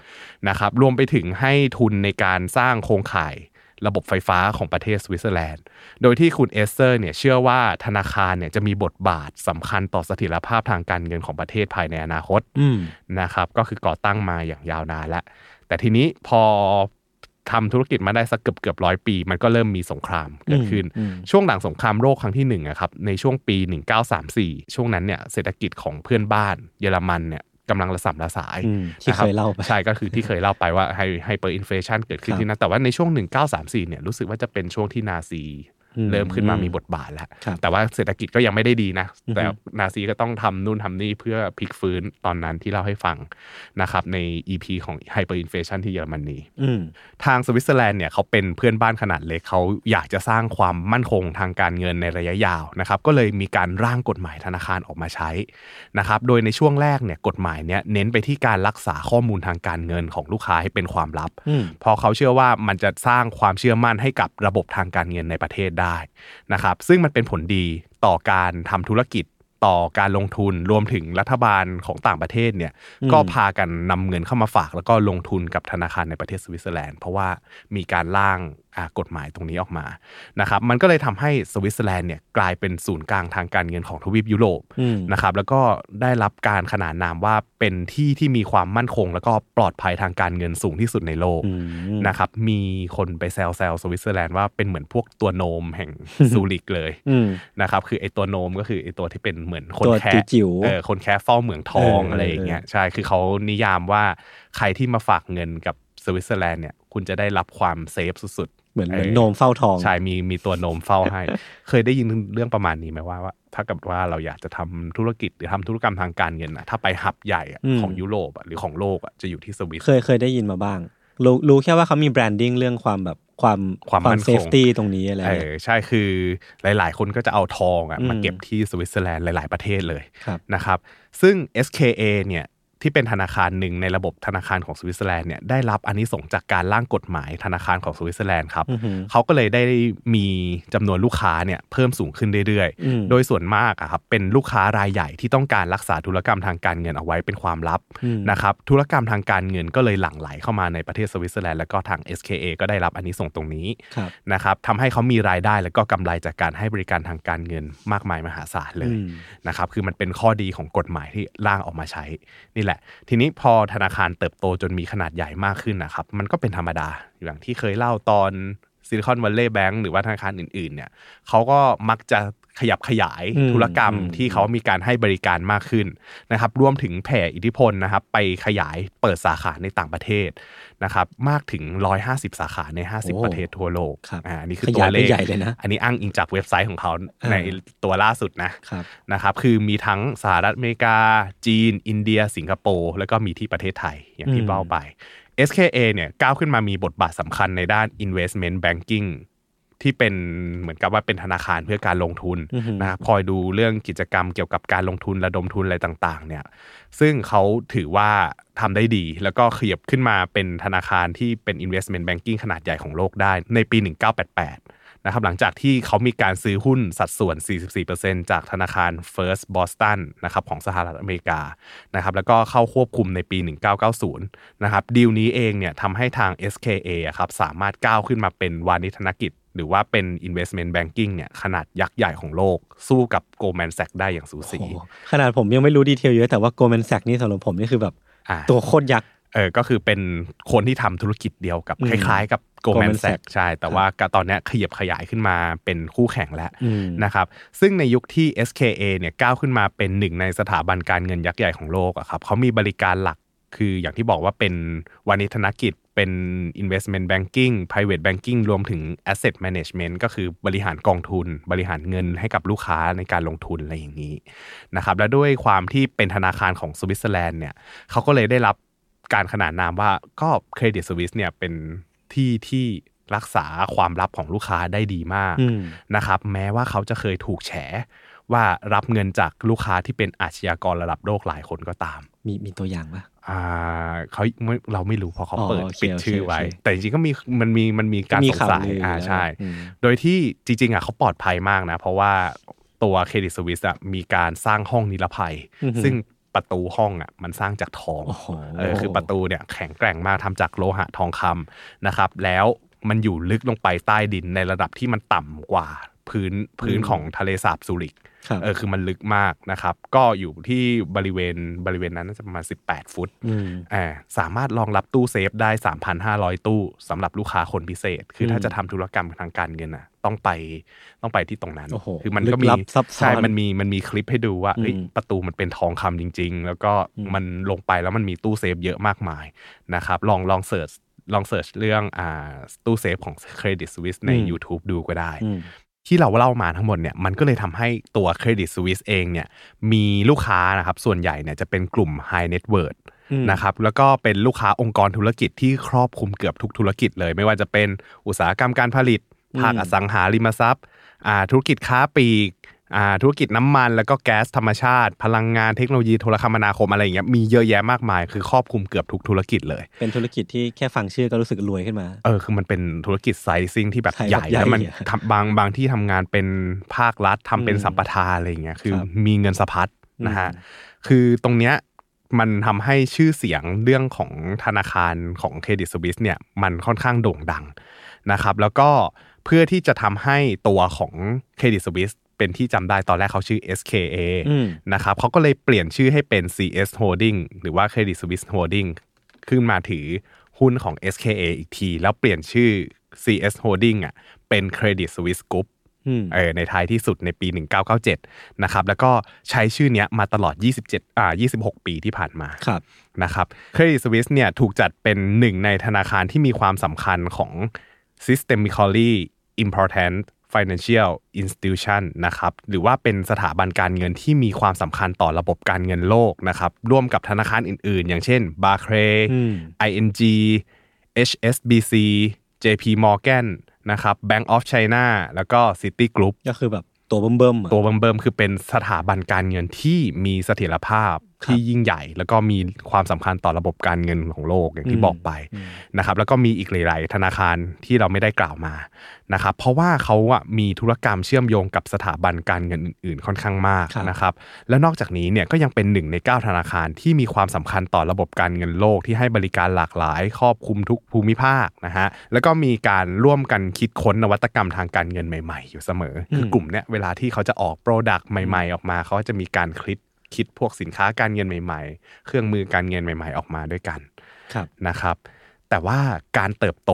S2: นะครับรวมไปถึงให้ทุนในการสร้างโครงข่ายระบบไฟฟ้าของประเทศสวิตเซอร์แลนด์ โดยที่คุณเอสเซอร์เนี่ยเชื่อว่าธนาคารเนี่ยจะมีบทบาทสำคัญต่อเสถิรภาพทางการเงินของประเทศภายในอนาคต
S3: อืม
S2: นะครับก็คือก่อตั้งมาอย่างยาวนานแล้ว แต่ทีนี้พอทำธุรกิจมาได้สักเกือบเกือบร้อยปี มันก็เริ่มมีสงครามเกิดขึ้น
S3: อืม
S2: ช่วงหลังสงครามโลกครั้งที่หนึ่งอะครับในช่วงปี 1934 ช่วงนั้นเนี่ยเศรษฐกิจของเพื่อนบ้านเยอรมันเนี่ยกำลังระส่ำระสาย
S3: อืมที่เคยเล่าไป
S2: ใช่ก็คือที่เคยเล่าไปว่าไฮไฮเปอร์อินฟลชันเกิดขึ้น
S3: ครับ
S2: ที่นั่นแต่ว่าในช่วง 1934เนี่ยรู้สึกว่าจะเป็นช่วงที่นาซี
S3: อืม
S2: เริ่มขึ้นมามีบทบาทแล้ว
S3: ครับ
S2: แต่ว่าเศรษฐกิจก็ยังไม่ได้ดีนะ
S3: อือฮึ
S2: แต่นาซีก็ต้องทำนู่นทำนี่เพื่อพลิกฟื้นตอนนั้นที่เล่าให้ฟังนะครับใน EP ของไฮเปอร์อินฟลชันที่เยอรมนี
S3: อืม
S2: ทางสวิตเซอร์แลนด์เนี่ยเขาเป็นเพื่อนบ้านขนาดเล็กเขาอยากจะสร้างความมั่นคงทางการเงินในระยะยาวนะครับก็เลยมีการร่างกฎหมายธนาคารออกมาใช้นะครับโดยในช่วงแรกเนี่ยกฎหมายเนี่ยเน้นไปที่การรักษาข้อมูลทางการเงินของลูกค้าให้เป็นความลับ
S3: อืม
S2: เพราะเขาเชื่อว่ามันจะสร้างความเชื่อมั่นให้กับระบบทางการเงินในประเทศได้นะครับซึ่งมันเป็นผลดีต่อการทำธุรกิจต่อการลงทุนรวมถึงรัฐบาลของต่างประเทศเนี่ย
S3: อืม
S2: ก็พากันนำเงินเข้ามาฝากแล้วก็ลงทุนกับธนาคารในประเทศสวิตเซอร์แลนด์เพราะว่ามีการร่างอ่ากฎหมายตรงนี้ออกมานะครับมันก็เลยทำให้สวิตเซอร์แลนด์เนี่ยกลายเป็นศูนย์กลางทางการเงินของทวีปยุโรป
S3: อืม
S2: นะครับแล้วก็ได้รับการขนานนามว่าเป็นที่ที่มีความมั่นคง แล้วก็ปลอดภัยทางการเงินสูงที่สุดในโลก
S3: อืม
S2: นะครับมีคนไปแซวแซวสวิตเซอร์แลนด์ว่าเป็นเหมือนพวกตัวโนมแห่ง ซูริกเลย
S3: อืม
S2: นะครับคือไอตัวโนมก็คือไอตัวที่เป็นเหมือนคน
S3: ตัว
S2: แค่
S3: จิ๋วๆ
S2: เออคนแค่เฝ้าเหมืองทอง
S3: เอออ
S2: อะไรอย่างเงี้ยใช่คือเขานิยามว่าใครที่มาฝากเงินกับสวิตเซอร์แลนด์เนี่ยคุณจะได้รับความเซฟสุดๆ
S3: เหมือนเหมือนโนมเฝ้าทอง
S2: ใช่มีมีตัวโนมเฝ้า ให้ เคยได้ยินเรื่องประมาณนี้ไหมว่าว่า ถ้ากับว่าเราอยากจะทำธุรกิจหรือทำธุรกรรมทางการเงินนะถ้าไปหับใหญ่อะ
S3: อืม
S2: ของยุโรปอะหรือของโลกอะจะอยู่ที่สวิต
S3: เคยเคยได้ยินมาบ้างรู้รู้แค่ว่าเขามีแบรนดิ้งเรื่องความแบบความ
S2: ความมั่นคง
S3: เซฟตี้ตรงนี้อะไร
S2: เอ
S3: เงี้ย
S2: อใช่คือหลาย ๆ คนก็จะเอาทองอ่ะ
S3: อืม
S2: มาเก็บที่สวิตเซอร์แลนด์หลาย ๆ ประเทศเลย
S3: ครับ
S2: นะครับ ซึ่ง SKA เนี่ยที่เป็นธนาคารหนึ่งในระบบธนาคารของสวิตเซอร์แลนด์เนี่ยได้รับอันนี้ส่งส์จากการร่างกฎหมายธนาคารของสวิตเซอร์แลนด์ครับ
S3: อือหือ
S2: เขาก็เลยได้มีจำนวนลูกค้าเนี่ยเพิ่มสูงขึ้นเรื่อย
S3: อืม
S2: ๆ โดยส่วนมากอะครับเป็นลูกค้ารายใหญ่ที่ต้องการรักษาธุรกรรมทางการเงินเอาไว้เป็นความลับ
S3: อืม
S2: นะครับธุรกรรมทางการเงินก็เลยหลั่งไหลเข้ามาในประเทศสวิตเซอร์แลนด์แล้วก็ทาง SKA ก็ได้รับอันนี้ส่งส์ตรงนี้
S3: ครับ
S2: นะครับทำให้เขามีรายได้แล้วก็กำไรจากการให้บริการทางการเงินมากมายมหาศาลเล
S3: อื
S2: ย
S3: ม
S2: นะครับคือมันเป็นข้อดีของกฎหมายที่ร่างออกมาใช้ นี่แหละ ทีนี้พอธนาคารเติบโตจนมีขนาดใหญ่มากขึ้นนะครับมันก็เป็นธรรมดาอย่างที่เคยเล่าตอนซิลิคอนวัลเลย์แบงก์หรือว่าธนาคารอื่นๆเนี่ยเขาก็มักจะขยับขยาย
S3: อืม
S2: ธุรกรรม
S3: อืม
S2: ที่เขามีการให้บริการมากขึ้น นะครับรวมถึงแผ่อิทธิพลนะครับไปขยายเปิดสาขาในต่างประเทศนะครับมากถึง 150 สาขาใน
S3: โอ้
S2: 50 ประเทศทั่วโลก
S3: ครับ
S2: อ่าอันนี้คือตัวย
S3: ขายไป
S2: เลข
S3: ใหญ่เลยนะ
S2: อันนี้อ้างอิงจากเว็บไซต์ของเขา
S3: อ่า
S2: ในตัวล่าสุดนะครับ นะครับคือมีทั้งสหรัฐอเมริกา จีน อินเดีย สิงคโปร์แล้วก็มีที่ประเทศไทยอย่างที่
S3: อืม
S2: เล่าไป SKA เนี่ยก้าวขึ้นมามีบทบาทสำคัญในด้าน investment banking ที่เป็นเหมือนกับว่าเป็นธนาคารเพื่อการลงทุน
S3: อือหือ
S2: นะครับคอยดูเรื่องกิจกรรมเกี่ยวกับการลงทุนระดมทุนอะไรต่างๆเนี่ยซึ่งเขาถือว่าทำได้ดี แล้วก็ขยับขึ้นมาเป็นธนาคารที่เป็น investment banking ขนาดใหญ่ของโลกได้ในปี 1988นะครับหลังจากที่เขามีการซื้อหุ้นสัดส่วน 44%จากธนาคาร First Boston นะครับของสหรัฐอเมริกานะครับแล้วก็เข้าควบคุมในปี 1990นะครับดีลนี้เองเนี่ยทำให้ทาง SKA อะครับสามารถก้าวขึ้นมาเป็นวานิชธนกิจ หรือว่าเป็น investment banking เนี่ยขนาดยักษ์ใหญ่ของโลก สู้กับ Goldman Sachs ได้อย่างสูสี
S3: โอ้โหขนาดผมยังไม่รู้ดีเทลเยอะแต่ว่าโกลแมนแซกนี่สำหรับผมนี่คือแบบ
S2: อ่า
S3: ตัวโคตรยักษ์
S2: เออก็คือเป็นคนที่ทำธุรกิจเดียวกับ
S3: อืม
S2: คล้ายๆกับ Goldman
S3: Goldman
S2: Sachs
S3: Sachs
S2: ใช่ แต่ว่าก็ตอนเนี้ยขยับขยายขึ้นมาเป็นคู่แข่งแล้ว
S3: อืม
S2: นะครับ ซึ่งในยุคที่ SKA เนี่ยก้าวขึ้นมาเป็นหนึ่งในสถาบันการเงินยักษ์ใหญ่ของโลกอะครับเขามีบริการหลักคืออย่างที่บอกว่าเป็นวานิชธนกิจ เป็น investment banking private banking รวมถึง asset management ก็คือบริหารกองทุน บริหารเงินให้กับลูกค้าในการลงทุนอะไรอย่างนี้นะครับและด้วยความที่เป็นธนาคารของสวิตเซอร์แลนด์เนี่ยเขาก็เลยได้รับการขนานนามว่าก็เครดิตสวิสเนี่ยเป็นที่ที่รักษาความลับของลูกค้าได้ดีมาก
S3: อืม
S2: นะครับแม้ว่าเขาจะเคยถูกแฉ ว่ารับเงินจากลูกค้าที่เป็นอาชญากรระดับโลกหลายคนก็ตาม
S3: มีมีตัวอย่างปะ
S2: อ่าเขาไม่เราไม่รู้เพราะเขา
S3: อ๋อ
S2: เปิด
S3: โอเค
S2: ปิด
S3: โอเค
S2: ชื่อไว้
S3: โอเค
S2: แต่จริงๆก็มีมันมีมันมีการ
S3: มี
S2: สง
S3: ข่าว
S2: สัย
S3: ลือ
S2: อ่า
S3: แล้ว
S2: ใช่
S3: อืม
S2: โดยที่จริงๆอ่ะเขาปลอดภัยมากนะ เพราะว่าตัวเครดิตสวิสอ่ะมีการสร้างห้องนิรภัย
S3: อือหือ
S2: ซึ่งประตูห้องอ่ะมันสร้างจากทอง
S3: โอ้โห
S2: เออคือประตูเนี่ยแข็งแกร่งมากทำจากโลหะทองคำนะครับแล้วมันอยู่ลึกลงไปใต้ดินในระดับที่มันต่ำกว่าพื้นพื้นของทะเลสาบซูริก
S3: ครับ
S2: เออคือมันลึกมากนะครับ ก็อยู่ที่บริเวณบริเวณนั้นน่าจะประมาณ 18 ฟุต
S3: ม
S2: อ่าสามารถรองรับตู้เซฟได้ 3,500 ตู้สำหรับลูกค้าคนพิเศษ คือ
S3: ม
S2: ถ้าจะทำธุรกรรมทางการเงินอ่ะต้องไปต้องไปที่ตรงนั้น
S3: โอ้โห
S2: คือมันก็มี
S3: ลึกลับซับซ้อน
S2: ใช่มันมีมันมีคลิปให้ดูว่า
S3: อืม
S2: เอ้ยประตูมันเป็นทองคำจริง ๆ แล้วก็
S3: อืม
S2: มันลงไปแล้วมันมีตู้เซฟเยอะมากมายนะครับลองลองเสิร์ชลองเสิร์ชเรื่องอ่าตู้เซฟของเครดิตสวิสใน YouTube ดูก็ได้
S3: อืม
S2: ที่เราเล่ามาทั้งหมดเนี่ยมันก็เลยทำให้ตัวเครดิตสวิสเองเนี่ยมีลูกค้านะครับส่วนใหญ่เนี่ยจะเป็นกลุ่ม High Net Worth
S3: อืม
S2: นะครับแล้วก็เป็นลูกค้าองค์กรธุรกิจที่ครอบคลุมเกือบทุกธุรกิจเลย ไม่ว่าจะเป็นอุตสาหกรรมการผลิต ภาคอสังหาริมทรัพย์อ่าธุรกิจค้าปลีกอ่าธุรกิจน้ำมันแล้วก็แก๊สธรรมชาติ พลังงานเทคโนโลยีโทรคมนาคมอะไรอย่างเงี้ยมีเยอะแยะมากมาย คือครอบคลุมเกือบทุกธุรกิจเลย
S3: เป็นธุรกิจที่แค่ฟังชื่อก็รู้สึกรวยขึ้นมา
S2: เออคือมันเป็นธุรกิจไซซิ่งที่แบบ
S3: ใช่
S2: ใหญ่
S3: แบบใหญ่
S2: แล้วมัน
S3: อะ
S2: ทำบางบางที่ทำงานเป็นภาครัฐทำเป็น
S3: อืม
S2: สัมปทานอะไรอย่างเงี้ยคือ
S3: ครับ
S2: มีเงินสะพัดนะฮะ
S3: อืม
S2: คือตรงเนี้ยมันทำให้ชื่อเสียงเรื่องของธนาคารของเครดิตสวิสเนี่ยมันค่อนข้างโด่งดังนะครับ แล้วก็เพื่อที่จะทำให้ตัวของเครดิตสวิสเป็นที่จำได้ตอนแรกเขาชื่อ SKA
S3: อืม
S2: นะครับเขาก็เลยเปลี่ยนชื่อให้เป็น CS Holding หรือว่า Credit Suisse Holding ขึ้นมาถือหุ้นของ SKA อีกที แล้วเปลี่ยนชื่อ CS Holding อ่ะเป็น Credit Suisse Group
S3: อืม
S2: เออในท้ายที่สุดในปี 1997 นะครับแล้วก็ใช้ชื่อเนี้ยมาตลอด 27อ่า26 ปีที่ผ่านมา
S3: ครับ
S2: นะครับเครดิตสวิสเนี่ยถูกจัดเป็นหนึ่งในธนาคารที่มีความสำคัญของ systemically important financial institution นะครับหรือว่าเป็นสถาบันการเงินที่มีความสำคัญต่อระบบการเงินโลกนะครับร่วมกับธนาคารอื่นๆ อย่างเช่น Barclay
S3: อืม
S2: ING HSBC JP Morgan นะครับ Bank of China แล้วก็ City Group
S3: ก็คือแบบตัวเบิ่มๆอะ
S2: ตัวเบิ่มๆคือเป็นสถาบันการเงินที่มีเสถียรภาพ
S3: ครับ
S2: ที่ยิ่งใหญ่ แล้วก็มีความสำคัญต่อระบบการเงินของโลกอย่างที่
S3: อืม
S2: บอกไปนะครับแล้วก็มีอีกหลายๆธนาคารที่เราไม่ได้กล่าวมานะครับเพราะว่าเขาอะมีธุรกรรมเชื่อมโยงกับสถาบันการเงินอื่นๆ ค่อนข้างมากนะครับแล้วนอกจากนี้เนี่ยก็ยังเป็นหนึ่งใน 9 ธนาคารที่มีความสำคัญต่อระบบการเงินโลกที่ให้บริการหลากหลาย ครอบคลุมทุกภูมิภาคนะฮะแล้วก็มีการร่วมกันคิดค้นนวัตกรรมทางการเงินใหม่ๆ อยู่เสมอคือ
S3: ม
S2: กลุ่ม กลุ่มเนี่ยเวลาที่เขาจะออกโปรดักต์ใหม่ ๆ ออกมา เขาจะมีการคิดคิดพวกสินค้าการเงินใหม่ ๆ เครื่องมือการเงินใหม่ ๆ ออกมาด้วยกัน
S3: ครับ
S2: นะครับ แต่ว่าการเติบโต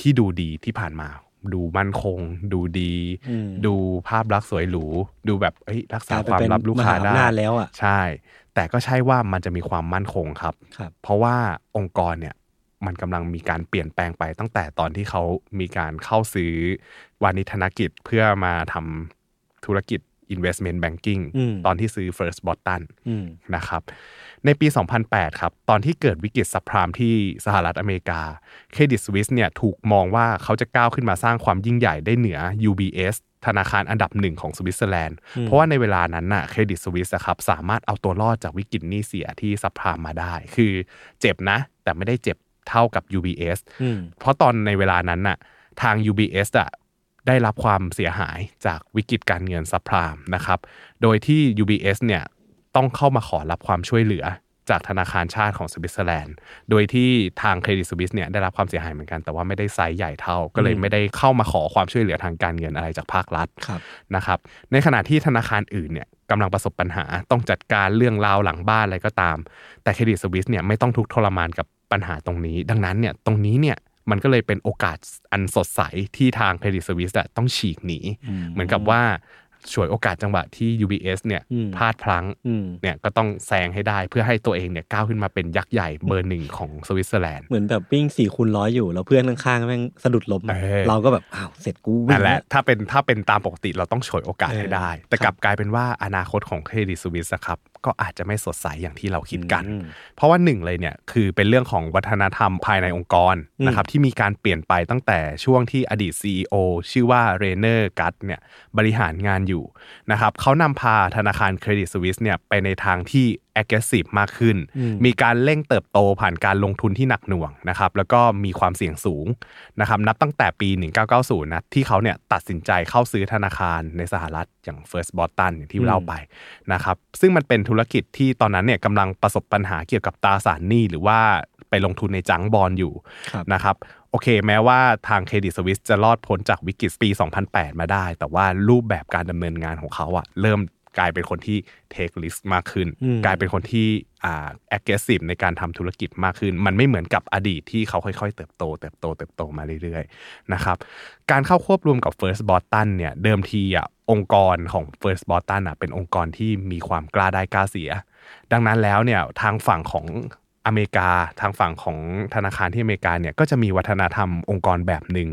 S2: ที่ดูดีที่ผ่านมา ดูมั่นคง ดูดี
S3: อืม
S2: ดูภาพลักษณ์สวยหรู ดูแบบเอ้ยรัก
S3: ก
S2: ษา
S3: ลายไป
S2: ความ
S3: เป็น
S2: ลับลูก
S3: ม
S2: ค้า
S3: หา
S2: ได้
S3: อำนาจแล้วอ่ะ
S2: ใช่ แต่ก็ใช่ว่ามันจะมีความมั่นคงครับ
S3: ครับ
S2: เพราะว่าองค์กรเนี่ยมันกำลังมีการเปลี่ยนแปลงไปตั้งแต่ตอนที่เขามีการเข้าซื้อวานิธนกิจเพื่อมาทำธุรกิจ investment banking
S3: อืม
S2: ตอนที่ซื้อ first Boston
S3: อืม
S2: นะครับในปี 2008 ครับ ตอนที่เกิดวิกฤตซับไพรามที่สหรัฐอเมริกาเครดิตสวิสเนี่ยถูกมองว่าเขาจะก้าวขึ้นมาสร้างความยิ่งใหญ่ได้เหนือ UBS ธนาคารอันดับหนึ่งของสวิตเซอร์แลนด์ เพราะว่าในเวลานั้นน่ะเครดิตสวิสครับสามารถเอาตัวรอดจากวิกฤตหนี้เสียที่ซับไพรามมาได้ คือเจ็บนะ แต่ไม่ได้เจ็บเท่ากับ UBS
S3: อืม
S2: เพราะตอนในเวลานั้นน่ะทาง UBS อะได้รับความเสียหายจากวิกฤตการเงินซับไพรามนะครับ โดยที่ UBS เนี่ยต้องเข้ามาขอรับความช่วยเหลือจากธนาคารชาติของสวิตเซอร์แลนด์ โดยที่ทางเครดิตสวิสเนี่ยได้รับความเสียหายเหมือนกัน แต่ว่าไม่ได้ไซส์ใหญ่เท่า ก็เลยไม่ได้เข้ามาขอความช่วยเหลือทางการเงินอะไรจากภาครัฐ
S3: ครับ
S2: นะครับในขณะที่ธนาคารอื่นเนี่ยกำลังประสบปัญหาต้องจัดการเรื่องราวหลังบ้านอะไรก็ตาม แต่เครดิตสวิสเนี่ยไม่ต้องทุกข์ทรมานกับปัญหาตรงนี้ ดังนั้นเนี่ยตรงนี้เนี่ยมันก็เลยเป็นโอกาสอันสดใสที่ทางเครดิตสวิสต้องฉีกหนี เหมือนกับว่า ฉวยโอกาสจังหวะที่ UBS เนี่ย
S3: อืม
S2: พลาดพลั้ง
S3: อืม
S2: เนี่ยก็ต้องแซงให้ได้เพื่อให้ตัวเองเนี่ยก้าวขึ้นมาเป็นยักษ์ใหญ่เบอร์หนึ่งของสวิตเซอร์แลนด์
S3: เหมือนแบบวิ่งสี่คูณร้อยอยู่ แล้วเพื่อนข้างๆแม่งสะดุดล้มอะ
S2: เออ
S3: เราก็แบบอ้าวเสร็จกูวิ่
S2: นั่
S3: ง
S2: นแห
S3: แล้
S2: ละ
S3: ว
S2: ถ้าเป็นถ้าเป็นตามปกติเราต้องฉวยโอกาสให้ได้
S3: เออ
S2: แต่กลับกลายเป็นว่าอนาคตของเครดิตสวิสครับก็อาจจะไม่สดใสอย่างที่เราคิดกัน
S3: อืม
S2: เพราะว่าหนึ่งเลยเนี่ยคือเป็นเรื่องของวัฒนธรรมภายในองค์กร
S3: อืม
S2: นะครับที่มีการเปลี่ยนไปตั้งแต่ช่วงที่อดีต CEO ชื่อว่าเรเนอร์กัตเนี่ยบริหารงานอยู่นะครับเขานำพาธนาคารเครดิตสวิสเนี่ยไปในทางที่ aggressive มากขึ้น มีการเร่งเติบโตผ่านการลงทุนที่หนักหน่วงนะครับแล้วก็มีความเสี่ยงสูงนะครับนับตั้งแต่ปี 1990นะที่เขาเนี่ยตัดสินใจเข้าซื้อธนาคารในสหรัฐอย่าง First Boston อย่างที่เล่าไป นะครับซึ่งมันเป็นธุรกิจที่ตอนนั้นเนี่ยกำลังประสบปัญหาเกี่ยวกับตราสารหนี้หรือว่าไปลงทุนในจังก์บอลอยู่
S3: ครับ
S2: นะครับโอเค แม้ว่าทางเครดิตสวิสจะรอดพ้นจากวิกฤตปี 2008 มาได้ แต่ว่ารูปแบบการดำเนินงานของเขาอะเริ่มกลายเป็นคนที่ take risk มากขึ้น
S3: อืม
S2: กลายเป็นคนที่อ่า aggressive ในการทำธุรกิจมากขึ้น มันไม่เหมือนกับอดีตที่เขาค่อยๆ เติบโตเติบโตเติบโตมาเรื่อยๆนะครับ การเข้าควบรวมกับ First Boston เนี่ยเดิมทีอ่ะองค์กรของ First Boston อ่ะเป็นองค์กรที่มีความกล้าได้กล้าเสีย ดังนั้นแล้วเนี่ยทางฝั่งของอเมริกา ทางฝั่งของธนาคารที่อเมริกาเนี่ยก็จะมีวัฒนธรรมองค์กรแบบหนึ่ง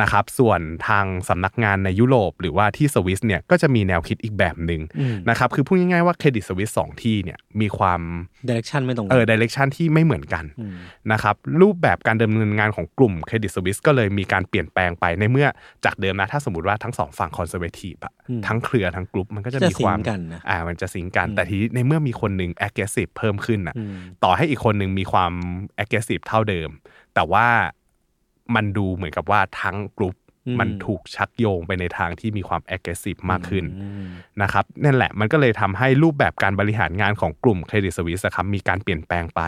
S2: นะครับ ส่วนทางสำนักงานในยุโรป หรือว่าที่สวิสเนี่ยก็จะมีแนวคิดอีกแบบหนึ่งนะครับคือพูดง่ายๆว่าเครดิตสวิสสองที่เนี่ยมีความ
S3: เดเรคชั่นไม่ตรงกั
S2: เอน อดิเรกชันที่ไม่เหมือนกัน
S3: ม
S2: นะครับรูปแบบการดำเนินงานของกลุ่มเครดิตสวิสก็เลยมีการเปลี่ยนแปลงไปในเมื่อจากเดิมนะ ถ้าสมมติว่าทั้งสองฝั่งคอนเซอร์เวทีฟอะ
S3: อืม
S2: ทั้งเครือทั้งกลุ่มมันก็จะ
S3: จะ
S2: มีความ
S3: ซิงค์กันนะ
S2: อ่ามันจะซิงค์กัน
S3: อืม
S2: แต่ทีนี้ในเมื่อมีคนหนึ่ง aggressive เพิ่มขึ้นอะ
S3: อืม
S2: ต่อให้อีกคนหนึ่งมีความ aggressive เท่าเดิม แต่ว่ามันดูเหมือนกับว่าทั้งกลุ่ม
S3: อืม
S2: มันถูกชักโยงไปในทางที่มีความ aggressive มากขึ้น
S3: อืม
S2: นะครับนั่นแหละมันก็เลยทำให้รูปแบบการบริหารงานของกลุ่มเครดิตสวิสครับมีการเปลี่ยนแปลงไป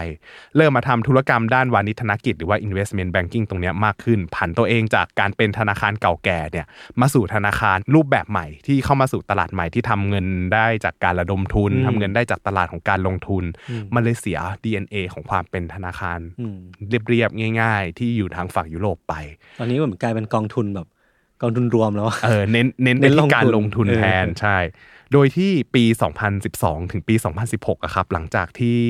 S2: เริ่มมาทำธุรกรรมด้านวานิชธนกิจหรือว่า investment banking ตรงเนี้ยมากขึ้น ผันตัวเองจากการเป็นธนาคารเก่าแก่เนี่ยมาสู่ธนาคารรูปแบบใหม่ที่เข้ามาสู่ตลาดใหม่ที่ทำเงินได้จากการระดมทุน
S3: อืม
S2: ทำเงินได้จากตลาดของการลงทุน
S3: อืม
S2: มันเลยเสีย DNA ของความเป็นธนาคาร
S3: อืม
S2: เรียบๆง่าย ๆ ที่อยู่ทางฝั่งยุโรปไป
S3: ตอนนี้เหมือนกลายเป็นกองทุนแบบกองทุนรวมแล้วอะ
S2: เออเน้นเน้นไป
S3: เน้นลงทุ
S2: ที่
S3: น
S2: การลงทุน
S3: เออ
S2: แทนใช่ โดยที่ปี 2012 ถึงปี 2016อะครับ หลังจากที่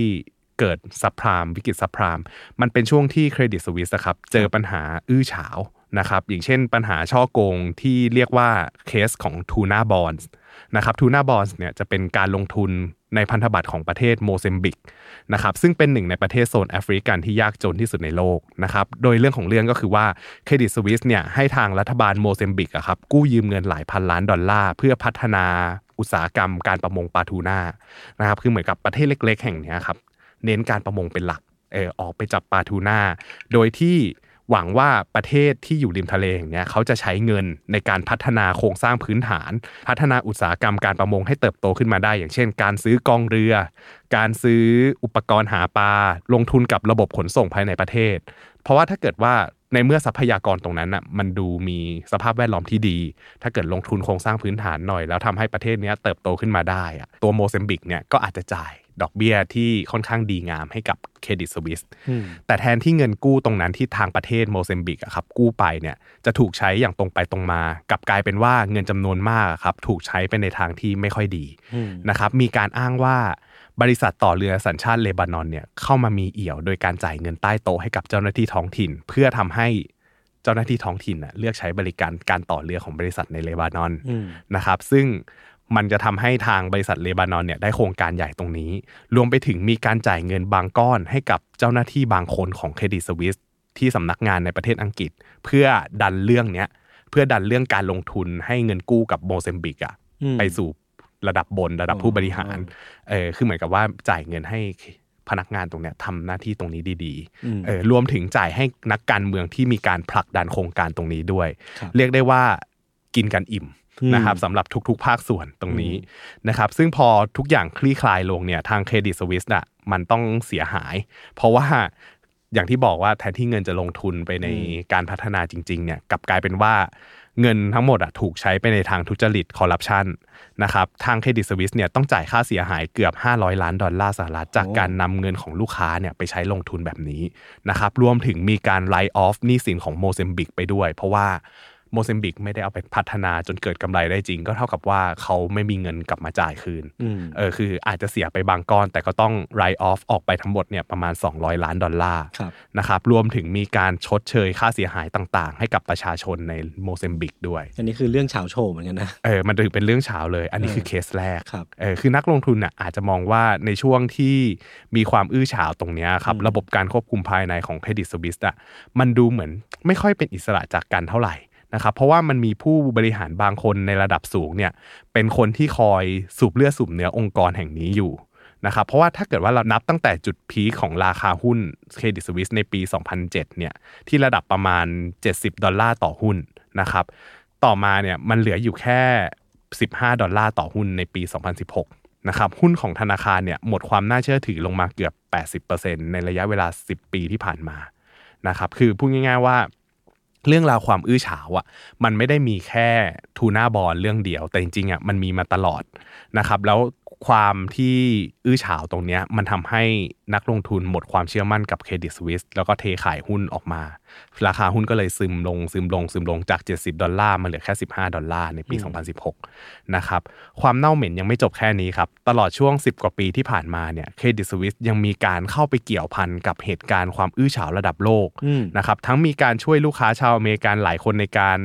S2: เกิดซับพรามวิกฤตซับพรามมันเป็นช่วงที่เครดิตสวิสครับ เจอปัญหาอื้อฉาวนะครับ อย่างเช่นปัญหาช่อโกงที่เรียกว่าเคสของทูน่าบอลนะครับทูน่าบอลเนี่ยจะเป็นการลงทุนในพันธบัตรของประเทศโมเซมบิก นะครับซึ่งเป็นหนึ่งในประเทศโซนแอฟริกันที่ยากจนที่สุดในโลกนะครับโดยเรื่องของเรื่องก็คือว่าเครดิตสวิสเนี่ยให้ทางรัฐบาลโมเซมบิกอะครับกู้ยืมเงินหลายพันล้านดอลลาร์เพื่อพัฒนาอุตสาหกรรมการประมงปลาทูน่านะครับคือเหมือนกับประเทศเล็ก ๆ แห่งเนี้ยครับเน้นการประมงเป็นหลักเออออกไปจับปลาทูน่าโดยที่หวังว่าประเทศที่อยู่ริมทะเลแห่งเนี้ยเขาจะใช้เงินในการพัฒนาโครงสร้างพื้นฐาน พัฒนาอุตสาหกรรมการประมงให้เติบโตขึ้นมาได้ อย่างเช่น การซื้อกองเรือ การซื้ออุปกรณ์หาปลาลงทุนกับระบบขนส่งภายในประเทศ เพราะว่าถ้าเกิดว่าในเมื่อทรัพยากรตรงนั้นน่ะมันดูมีสภาพแวดล้อมที่ดี ถ้าเกิดลงทุนโครงสร้างพื้นฐานหน่อย แล้วทำให้ประเทศเนี้ยเติบโตขึ้นมาได้อะตัวโมเซมบิกเนี่ยก็อาจจะจ่ายดอกเบี้ยที่ค่อนข้างดีงามให้กับเครดิตสวิส
S3: อืม
S2: แต่แทนที่เงินกู้ตรงนั้นที่ทางประเทศโมเซมบิกอะครับกู้ไปเนี่ยจะถูกใช้อย่างตรงไปตรงมากลับกลายเป็นว่าเงินจำนวนมากอะครับถูกใช้ไปในทางที่ไม่ค่อยดี
S3: อืม
S2: นะครับมีการอ้างว่าบริษัทต่อเรือสัญชาติเลบานอนเนี่ยเข้ามามีเอี่ยว โดยการจ่ายเงินใต้โต๊ะให้กับเจ้าหน้าที่ท้องถิ่น เพื่อทำให้เจ้าหน้าที่ท้องถิ่นน่ะเลือกใช้บริการการต่อเรือของบริษัทในเลบานอน
S3: อืม
S2: นะครับซึ่งมันจะทำให้ทางบริษัทเลบานอนเนี่ยได้โครงการใหญ่ตรงนี้ รวมไปถึงมีการจ่ายเงินบางก้อนให้กับเจ้าหน้าที่บางคนของเครดิตสวิสที่สำนักงานในประเทศอังกฤษ เพื่อดันเรื่องเนี้ยเพื่อดันเรื่องการลงทุนให้เงินกู้กับโมเซมบิกอะ
S3: อืม
S2: ไปสู่ระดับบนระดับผู้บริหาร
S3: อ๋
S2: เออคือเหมือนกับว่าจ่ายเงินให้พนักงานตรงเนี้ยทำหน้าที่ตรงนี้ดีๆ
S3: อืม
S2: เออรวมถึงจ่ายให้นักการเมืองที่มีการผลักดันโครงการตรงนี้ด้วย
S3: ครับ
S2: เรียกได้ว่ากินกันอิ่ม
S3: อืม
S2: นะครับสำหรับทุกๆ ภาคส่วนตรงนี้นะครับซึ่งพอทุกอย่างคลี่คลายลงเนี่ยทางเครดิตสวิสน่ะมันต้องเสียหาย เพราะว่าอย่างที่บอกว่าแทนที่เงินจะลงทุนไปในการพัฒนาจริงๆเนี่ยกลับกลายเป็นว่าเงินทั้งหมดอะถูกใช้ไปในทางทุจริตคอร์รัปชันนะครับทางเครดิตสวิสเนี่ยต้องจ่ายค่าเสียหายเกือบ 500 ล้านดอลลาร์สหรัฐจากการ นำเงินของลูกค้าเนี่ยไปใช้ลงทุนแบบนี้นะครับรวมถึงมีการไล e ์ออฟหนี้สินของโมเซมบิกไปด้วย เพราะว่า โมเซมบิกไม่ได้เอาไปพัฒนาจนเกิดกำไรได้จริง ก็เท่ากับว่าเขาไม่มีเงินกลับมาจ่ายคืน
S3: อืม
S2: เออคืออาจจะเสียไปบางก้อน แต่ก็ต้อง write off ออกไปทั้งหมดเนี่ยประมาณ 200 ล้านดอลลาร์
S3: ครับ
S2: นะครับรวมถึงมีการชดเชยค่าเสียหายต่างๆ ให้กับประชาชนในโมเซมบิกด้วย
S3: อันนี้คือเรื่องเฉาโชว์เหมือนกันนะ
S2: เออมันถือเป็นเรื่องเช้าเลย อันนี้คือ
S3: เออ
S2: เคสแรก
S3: ครับ
S2: เออคือนักลงทุนน่ะอาจจะมองว่าในช่วงที่มีความอื้อฉาวตรงเนี้ยครับ
S3: อืม
S2: ระบบการควบคุมภายในของเครดิตสวิสอ่ะมันดูเหมือนไม่ค่อยเป็นอิสระจากกันเท่าไหร่นะครับเพราะว่ามันมีผู้บริหารบางคนในระดับสูงเนี่ยเป็นคนที่คอยสูบเลือดสูบเนื้อองค์กรแห่งนี้อยู่นะครับเพราะว่าถ้าเกิดว่าเรานับตั้งแต่จุดพีคของราคาหุ้นเครดิตสวิสในปี 2007เนี่ยที่ระดับประมาณ 70 ดอลลาร์ต่อหุ้นนะครับ ต่อมาเนี่ยมันเหลืออยู่แค่ 15 ดอลลาร์ต่อหุ้นในปี 2016 นะครับ หุ้นของธนาคารเนี่ยหมดความน่าเชื่อถือลงมาเกือบ 80%ในระยะเวลา 10 ปีที่ผ่านมา นะครับ คือพูดง่ายๆว่า เรื่องราวความอื้อฉาวอะ่ะ มันไม่ได้มีแค่ทูน่าบอลเรื่องเดียว แต่จริงๆอะ่ะมันมีมาตลอดนะครับ แล้วความที่อื้อฉาวตรงเนี้ยมันทำให้นักลงทุนหมดความเชื่อมั่นกับเครดิตสวิสแล้วก็เทขายหุ้นออกมา ราคาหุ้นก็เลยซึมลงซึมลงซึมลงจาก 70 ดอลลาร์มาเหลือแค่ 15 ดอลลาร์ในปี
S3: อืม
S2: 2016 นะครับ ความเน่าเหม็นยังไม่จบแค่นี้ครับ ตลอดช่วง 10 กว่าปีที่ผ่านมาเนี่ยเครดิตสวิสยังมีการเข้าไปเกี่ยวพันกับเหตุการณ์ความอื้อฉาวระดับโลก
S3: อืม
S2: นะครับทั้งมีการช่วยลูกค้าชาวอเมริกันหลายคนในการ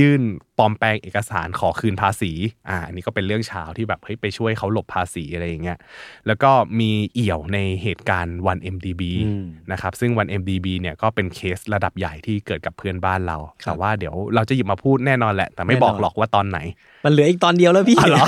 S2: ยื่นปลอมแปลงเอกสารขอคืนภาษีอ่าอันนี้ก็เป็นเรื่องเช้าที่แบบเฮ้ยไปช่วยเขาหลบภาษีอะไรอย่างเงี้ยแล้วก็มีเอี่ยวในเหตุการณ์วัน MDB
S3: อืม
S2: นะครับซึ่งวัน MDB เนี่ยก็เป็นเคสระดับใหญ่ที่เกิดกับเพื่อนบ้านเรา
S3: ครับ
S2: แต่ว่าเดี๋ยวเราจะหยิบมาพูดแน่นอนแหละ แต่ไม่
S3: แน่นอน
S2: บอกหรอกว่าตอนไหน
S3: มันเหลืออีกตอนเดียวแล้วพี่
S2: อ๋อเหรอ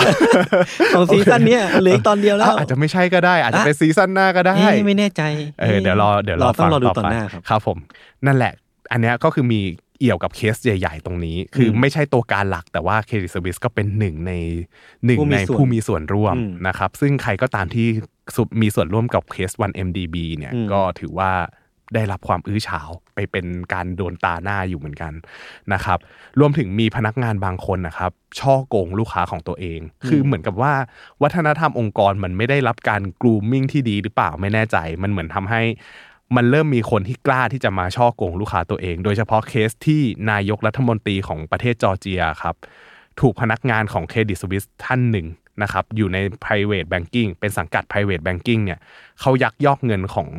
S3: ของซีซั่นเนี้ยเหลืออีกตอนเดียวแล้
S2: อ้าว
S3: ว
S2: อาจจะไม่ใช่ก็ได้ อาจจะเป็นซีซั่นหน้าก็ได้
S3: เอ๊ะไม่แน่ใจ
S2: เออเดี๋ยวรอเดี๋ยวรอ
S3: ต้อ
S2: ฟั
S3: ง
S2: ง
S3: รอดู
S2: ต่อ
S3: ตอน
S2: ไป
S3: หน้าครับ
S2: ครับผม นั่นแหละ อันเนี้ยก็คือมีเอี่ยวกับเคสใหญ่ ๆ ตรงนี้ คืออ
S3: ม
S2: ไม่ใช่ตัวการหลักแต่ว่าเครดิตสวิสก็เป็นหนึ่งในหนึ่ง
S3: ผู้มี
S2: ใน
S3: ส่วน
S2: ผู้มีส่วนร่วม
S3: อืม
S2: นะครับ ซึ่งใครก็ตามที่สุดมีส่วนร่วมกับเคส 1MDB เนี่ย
S3: อืม
S2: ก็ถือว่าได้รับความอื้อฉาวไปเป็นการโดนตาหน้าอยู่เหมือนกันนะครับ รวมถึงมีพนักงานบางคนนะครับช่อโกงลูกค้าของตัวเอง คือเหมือนกับว่าวัฒนธรรมองค์กรมันไม่ได้รับการกรูมมิ่งที่ดีหรือเปล่าไม่แน่ใจ มันเหมือนทำให้มันเริ่มมีคนที่กล้าที่จะมาช่อโกงลูกค้าตัวเอง โดยเฉพาะเคสที่นายกรัฐมนตรีของประเทศจอร์เจียครับ ถูกพนักงานของเครดิตสวิสท่านหนึ่งนะครับอยู่ใน private banking เป็นสังกัด private banking เนี่ยเขายักยอกเงินของ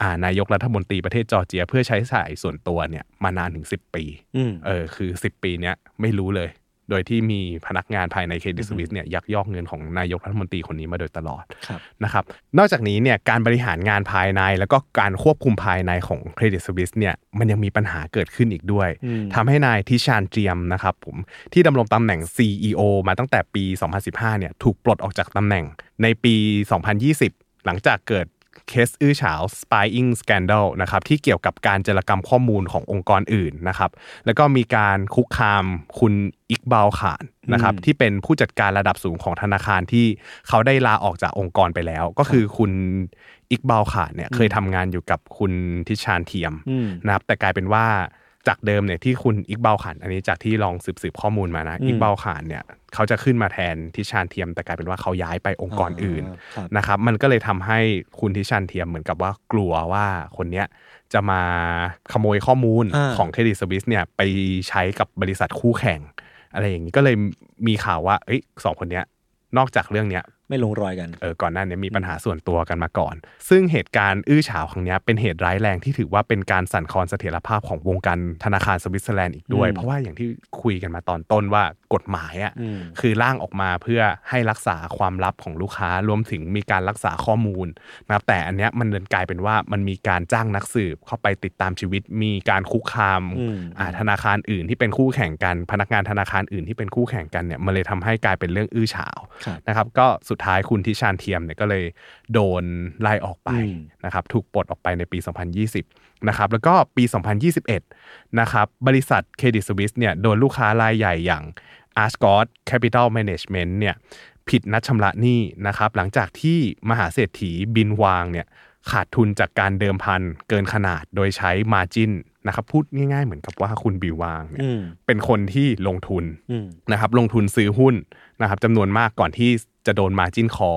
S2: อานายกรัฐมนตรีประเทศจอร์เจีย เพื่อใช้จ่ายส่วนตัวเนี่ยมานานถึง 10 ปี
S3: อืม
S2: เออคือ 10 ปีเนี้ยไม่รู้เลย โดยที่มีพนักงานภายในเครดิต
S3: อือฮึ
S2: สวิสเนี่ยยักยอกเงินของนายกรัฐมนตรีคนนี้มาโดยตลอด
S3: ครับ
S2: นะครับนอกจากนี้เนี่ยการบริหารงานภายในแล้วก็การควบคุมภายในของเครดิตสวิสเนี่ยมันยังมีปัญหาเกิดขึ้นอีกด้วย
S3: อืม
S2: ทำให้นายทิชานเจียมนะครับผมที่ดำรงตำแหน่ง CEO มาตั้งแต่ปี 2015 เนี่ยถูกปลดออกจากตำแหน่งในปี 2020 หลังจากเกิดเคสอื้อฉาว spying scandal นะครับที่เกี่ยวกับการเจรกรรมข้อมูลขององค์กรอื่นนะครับแล้วก็มีการคุกคามคุณอิกบาลขานนะครับ
S3: อืม
S2: ที่เป็นผู้จัดการระดับสูงของธนาคารที่เขาได้ลาออกจากองค์กรไปแล้ว ก็คือคุณอิกบาลขานเนี่ยเคยทำงานอยู่กับคุณทิชานเทียม
S3: อืม
S2: นะครับแต่กลายเป็นว่าจากเดิมเนี่ยที่คุณอิกเบาขัน อันนี้จากที่ลองสืบสืบข้อมูลมานะ
S3: อืม
S2: อิกเบาขันเนี่ยเขาจะขึ้นมาแทนทิชานเทียม แต่กลายเป็นว่าเขาย้ายไปองค์กรอื่น
S3: ครับ
S2: นะครับมันก็เลยทำให้คุณทิชานเทียมเหมือนกับว่ากลัวว่าคนเนี้ยจะมาขโมยข้อมูล
S3: อ่า
S2: ของเครดิตสวิสเนี่ยไปใช้กับบริษัทคู่แข่ง อะไรอย่างนี้ก็เลยมีข่าวว่าเอ้ยสองคนเนี้ยนอกจากเรื่องเนี้ย
S3: ไม่ลงรอยกัน
S2: เออก่อนหน้านี้มีปัญหาส่วนตัวกันมาก่อน ซึ่งเหตุการณ์อื้อฉาวครั้งเนี้ยเป็นเหตุร้ายแรงที่ถือว่าเป็นการสั่นคลอนเสถียรภาพของวงการธนาคารสวิตเซอร์แลนด์อีกด้วย
S3: อืม
S2: เพราะว่าอย่างที่คุยกันมาตอนต้นว่ากฎหมายอ่ะ
S3: อืม
S2: คือร่างออกมาเพื่อให้รักษาความลับของลูกค้ารวมถึงมีการรักษาข้อมูลนะครับแต่อันเนี้ยมันเดินกลายเป็นว่ามันมีการจ้างนักสืบเข้าไปติดตามชีวิต มีการคุกคาม
S3: อืม
S2: อ่าธนาคารอื่นที่เป็นคู่แข่งกัน พนักงานธนาคารอื่นที่เป็นคู่แข่งกันเนี่ยมันเลยทำให้กลายเป็นเรื่องอื้อฉาว
S3: ครับ
S2: นะครับก็สุดท้ายคุณทิชานเทียมเนี่ยก็เลยโดนไล่ออกไป
S3: อืม
S2: นะครับถูกปลดออกไปในปี 2020นะครับแล้วก็ปี 2021นะครับบริษัทเครดิตสวิสเนี่ยโดนลูกค้ารายใหญ่อย่าง a r s c o t Capital Management เนี่ยผิดนัดชำระหนี้นะครับหลังจากที่มหาเศรษฐีบินวางเนี่ยขาดทุนจากการเดิมพันเกินขนาดโดยใช้มาจินนะครับพูดง่ายๆเหมือนกับว่าคุณบินวางเนี่ย
S3: อืม
S2: เป็นคนที่ลงทุน
S3: อืม
S2: นะครับลงทุนซื้อหุ้นนะครับจำนวนมากก่อนที่จะโดนมาจินคอ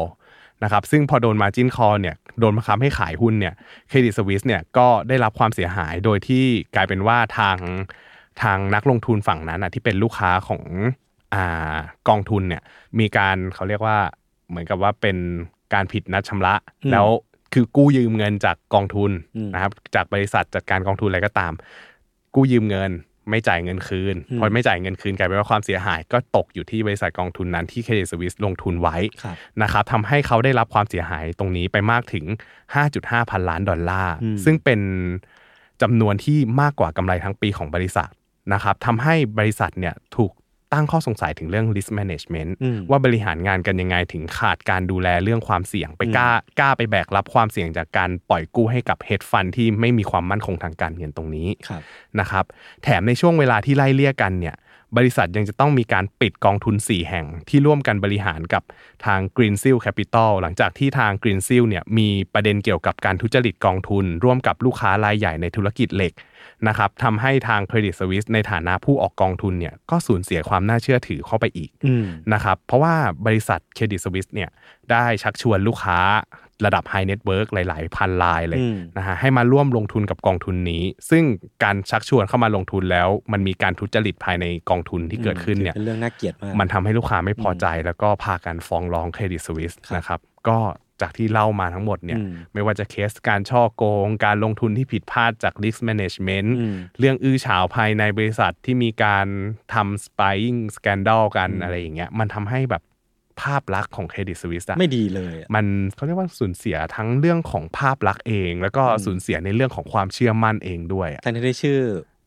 S2: นะครับซึ่งพอโดนมาจินคอเนี่ยโดนบังคับให้ขายหุ้นเนี่ยเครดิตสวิสเนี่ยก็ได้รับความเสียหายโดยที่กลายเป็นว่าทาง ทางนักลงทุนฝั่งนั้นอะที่เป็นลูกค้าของอากองทุนเนี่ยมีการเขาเรียกว่าเหมือนกับว่าเป็นการผิดนัดชำระ
S3: อืม
S2: แล้วคือกู้ยืมเงินจากกองทุน
S3: อืม
S2: นะครับจากบริษัทจัดการกองทุนอะไรก็ตาม กู้ยืมเงินไม่จ่ายเงินคืน
S3: อื
S2: พ
S3: ม
S2: อไม่จ่ายเงินคืนกลายเป็นว่าความเสียหาย ก็ตกอยู่ที่บริษัทกองทุนนั้นที่เครดิตสวิสลงทุนไว้
S3: ครับ
S2: นะครับทำให้เขาได้รับความเสียหายตรงนี้ไปมากถึง 5.5 พันล้านดอลลาร์
S3: อืม
S2: ซึ่งเป็นจำนวนที่มากกว่ากำไรทั้งปีของบริษัทนะครับทำให้บริษัทเนี่ยถูกตั้งข้อสงสัยถึงเรื่อง risk management
S3: อืม
S2: ว่าบริหารงานกันยังไงถึงขาดการดูแลเรื่องความเสี่ยง ไป
S3: อืม
S2: กล้ากล้าไปแบกรับความเสี่ยงจากการปล่อยกู้ให้กับเฮดฟันที่ไม่มีความมั่นคงทางการเงินตรงนี้
S3: ครับ
S2: นะครับแถมในช่วงเวลาที่ไล่เลี่ยกันเนี่ยบริษัทยังจะต้องมีการปิดกองทุน 4 แห่งที่ร่วมกันบริหารกับทาง Green s e a l Capital หลังจากที่ทาง Green s e a l เนี่ยมีประเด็นเกี่ยวกับการทุจริตกองทุน ร่วมกับลูกค้ารายใหญ่ในธุรกิจเหล็กนะครับทำให้ทาง Credit Suisse ในฐานะผู้ออกกองทุนเนี่ยก็สูญเสียความน่าเชื่อถือเข้าไปอีก
S3: อืม
S2: นะครับเพราะว่าบริษัทเครดิตสวิสเนี่ยได้ชักชวนลูกค้าระดับไฮเน็ตเวิร์กหลาย ๆ พันรายเลย
S3: อืม
S2: นะฮะให้มาร่วมลงทุนกับกองทุนนี้ ซึ่งการชักชวนเข้ามาลงทุนแล้ว มันมีการทุจริตภายในกองทุนที่เกิดขึ้นเนี่ย
S3: ถือเป็นเรื่องน่าเกลียดมาก
S2: มันทำให้ลูกค้าไม่พอใจแล้วก็พากันฟ้องร้องเครดิตสวิส
S3: ครับ
S2: นะครับ ก็จากที่เล่ามาทั้งหมดเนี่ย
S3: อืม
S2: ไม่ว่าจะเคสการช่อโกง การลงทุนที่ผิดพลาดจาก risk management
S3: อืม
S2: เรื่องอื้อฉาวภายในบริษัทที่มีการทำ spying scandal กัน
S3: อืม
S2: อะไรอย่างเงี้ยมันทำให้แบบภาพลักษณ์ของเครดิตสวิสอะ
S3: ไม่ดีเลยอะ
S2: มันเขาเรียกว่าสูญเสียทั้งเรื่องของภาพลักษณ์เอง แล้วก็
S3: อืม
S2: สูญเสียในเรื่องของความเชื่อมั่นเองด้วยอะ
S3: ทั้งที่ได้ชื่อ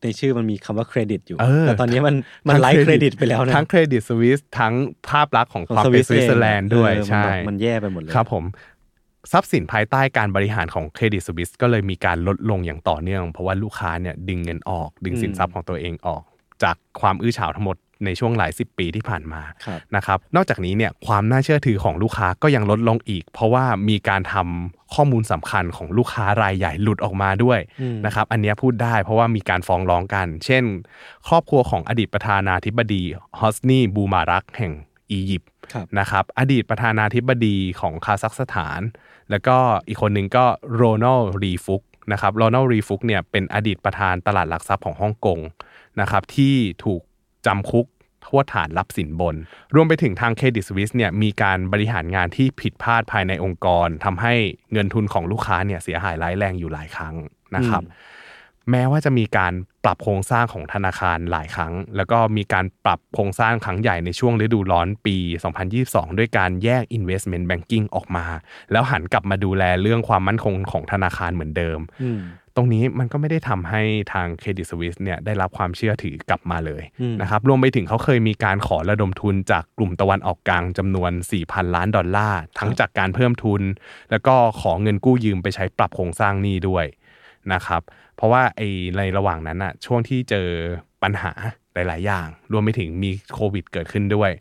S3: ในชื่อมันมีคำว่าเครดิตอยู่
S2: เออ
S3: แต่ตอนนี้มันมันไลฟ์เครดิตไปแล้วนะ
S2: ทั้งเครดิตสวิสทั้งภาพลักษณ์ของ
S3: ขอ
S2: ค
S3: ง
S2: วาม
S3: ส
S2: เป็
S3: วิ
S2: น
S3: ส
S2: สวิตเซอร์แลนด์ด้วย
S3: เออ
S2: ใช่
S3: มันแบบมันแย่ไปหมดเลย
S2: ครับผมทรัพย์สินภายใต้การบริหารของเครดิตสวิสก็เลยมีการลดลงอย่างต่อเนื่อง เพราะว่าลูกค้าเนี่ยดึงเงินออก ดึง
S3: อืม
S2: สินทรัพย์ของตัวเองออก จากความอื้อฉาวทั้งหมดในช่วงหลายสิบปีที่ผ่านมา
S3: ครับ
S2: นะครับนอกจากนี้เนี่ยความน่าเชื่อถือของลูกค้าก็ยังลดลงอีก เพราะว่ามีการทำข้อมูลสำคัญของลูกค้ารายใหญ่หลุดออกมาด้วย
S3: อืม
S2: นะครับอันเนี้ยพูดได้เพราะว่ามีการฟ้องร้องกัน เช่น ครอบครัวของอดีตประธานาธิบดีฮอสนีบูมารักแห่งอียิปต์
S3: ครับ
S2: นะครับอดีตประธานาธิบดีของคาซัคสถาน แล้วก็อีกคนหนึ่งก็โรนัลรีฟุกนะครับโรนัลรีฟุกเนี่ยเป็นอดีตประธานตลาดหลักทรัพย์ของฮ่องกงนะครับที่ถูกจำคุกโทษฐานรับสินบน รวมไปถึงทางเครดิตสวิสเนี่ยมีการบริหารงานที่ผิดพลาดภายในองค์กรทำให้เงินทุนของลูกค้าเนี่ยเสียหายร้ายแรงอยู่หลายครั้งนะครับ
S3: อืม
S2: แม้ว่าจะมีการปรับโครงสร้างของธนาคารหลายครั้ง แล้วก็มีการปรับโครงสร้างครั้งใหญ่ในช่วงฤดูร้อนปี 2022 ด้วยการแยก investment banking ออกมา แล้วหันกลับมาดูแลเรื่องความมั่นคงของธนาคารเหมือนเดิม
S3: อืม
S2: ตรงนี้มันก็ไม่ได้ทำให้ทางเครดิตสวิสเนี่ยได้รับความเชื่อถือกลับมาเลย
S3: อืม
S2: นะครับรวมไปถึงเขาเคยมีการขอระดมทุนจากกลุ่มตะวันออกกลางจำนวน 4,000 ล้านดอลลาร์ ทั้งจากการเพิ่มทุน แล้วก็ขอเงินกู้ยืมไปใช้ปรับโครงสร้างหนี้ด้วยนะครับเพราะว่าไอในระหว่างนั้นอะช่วงที่เจอปัญหาหลาย ๆ อย่าง รวมไปถึงมีโควิดเกิดขึ้นด้วย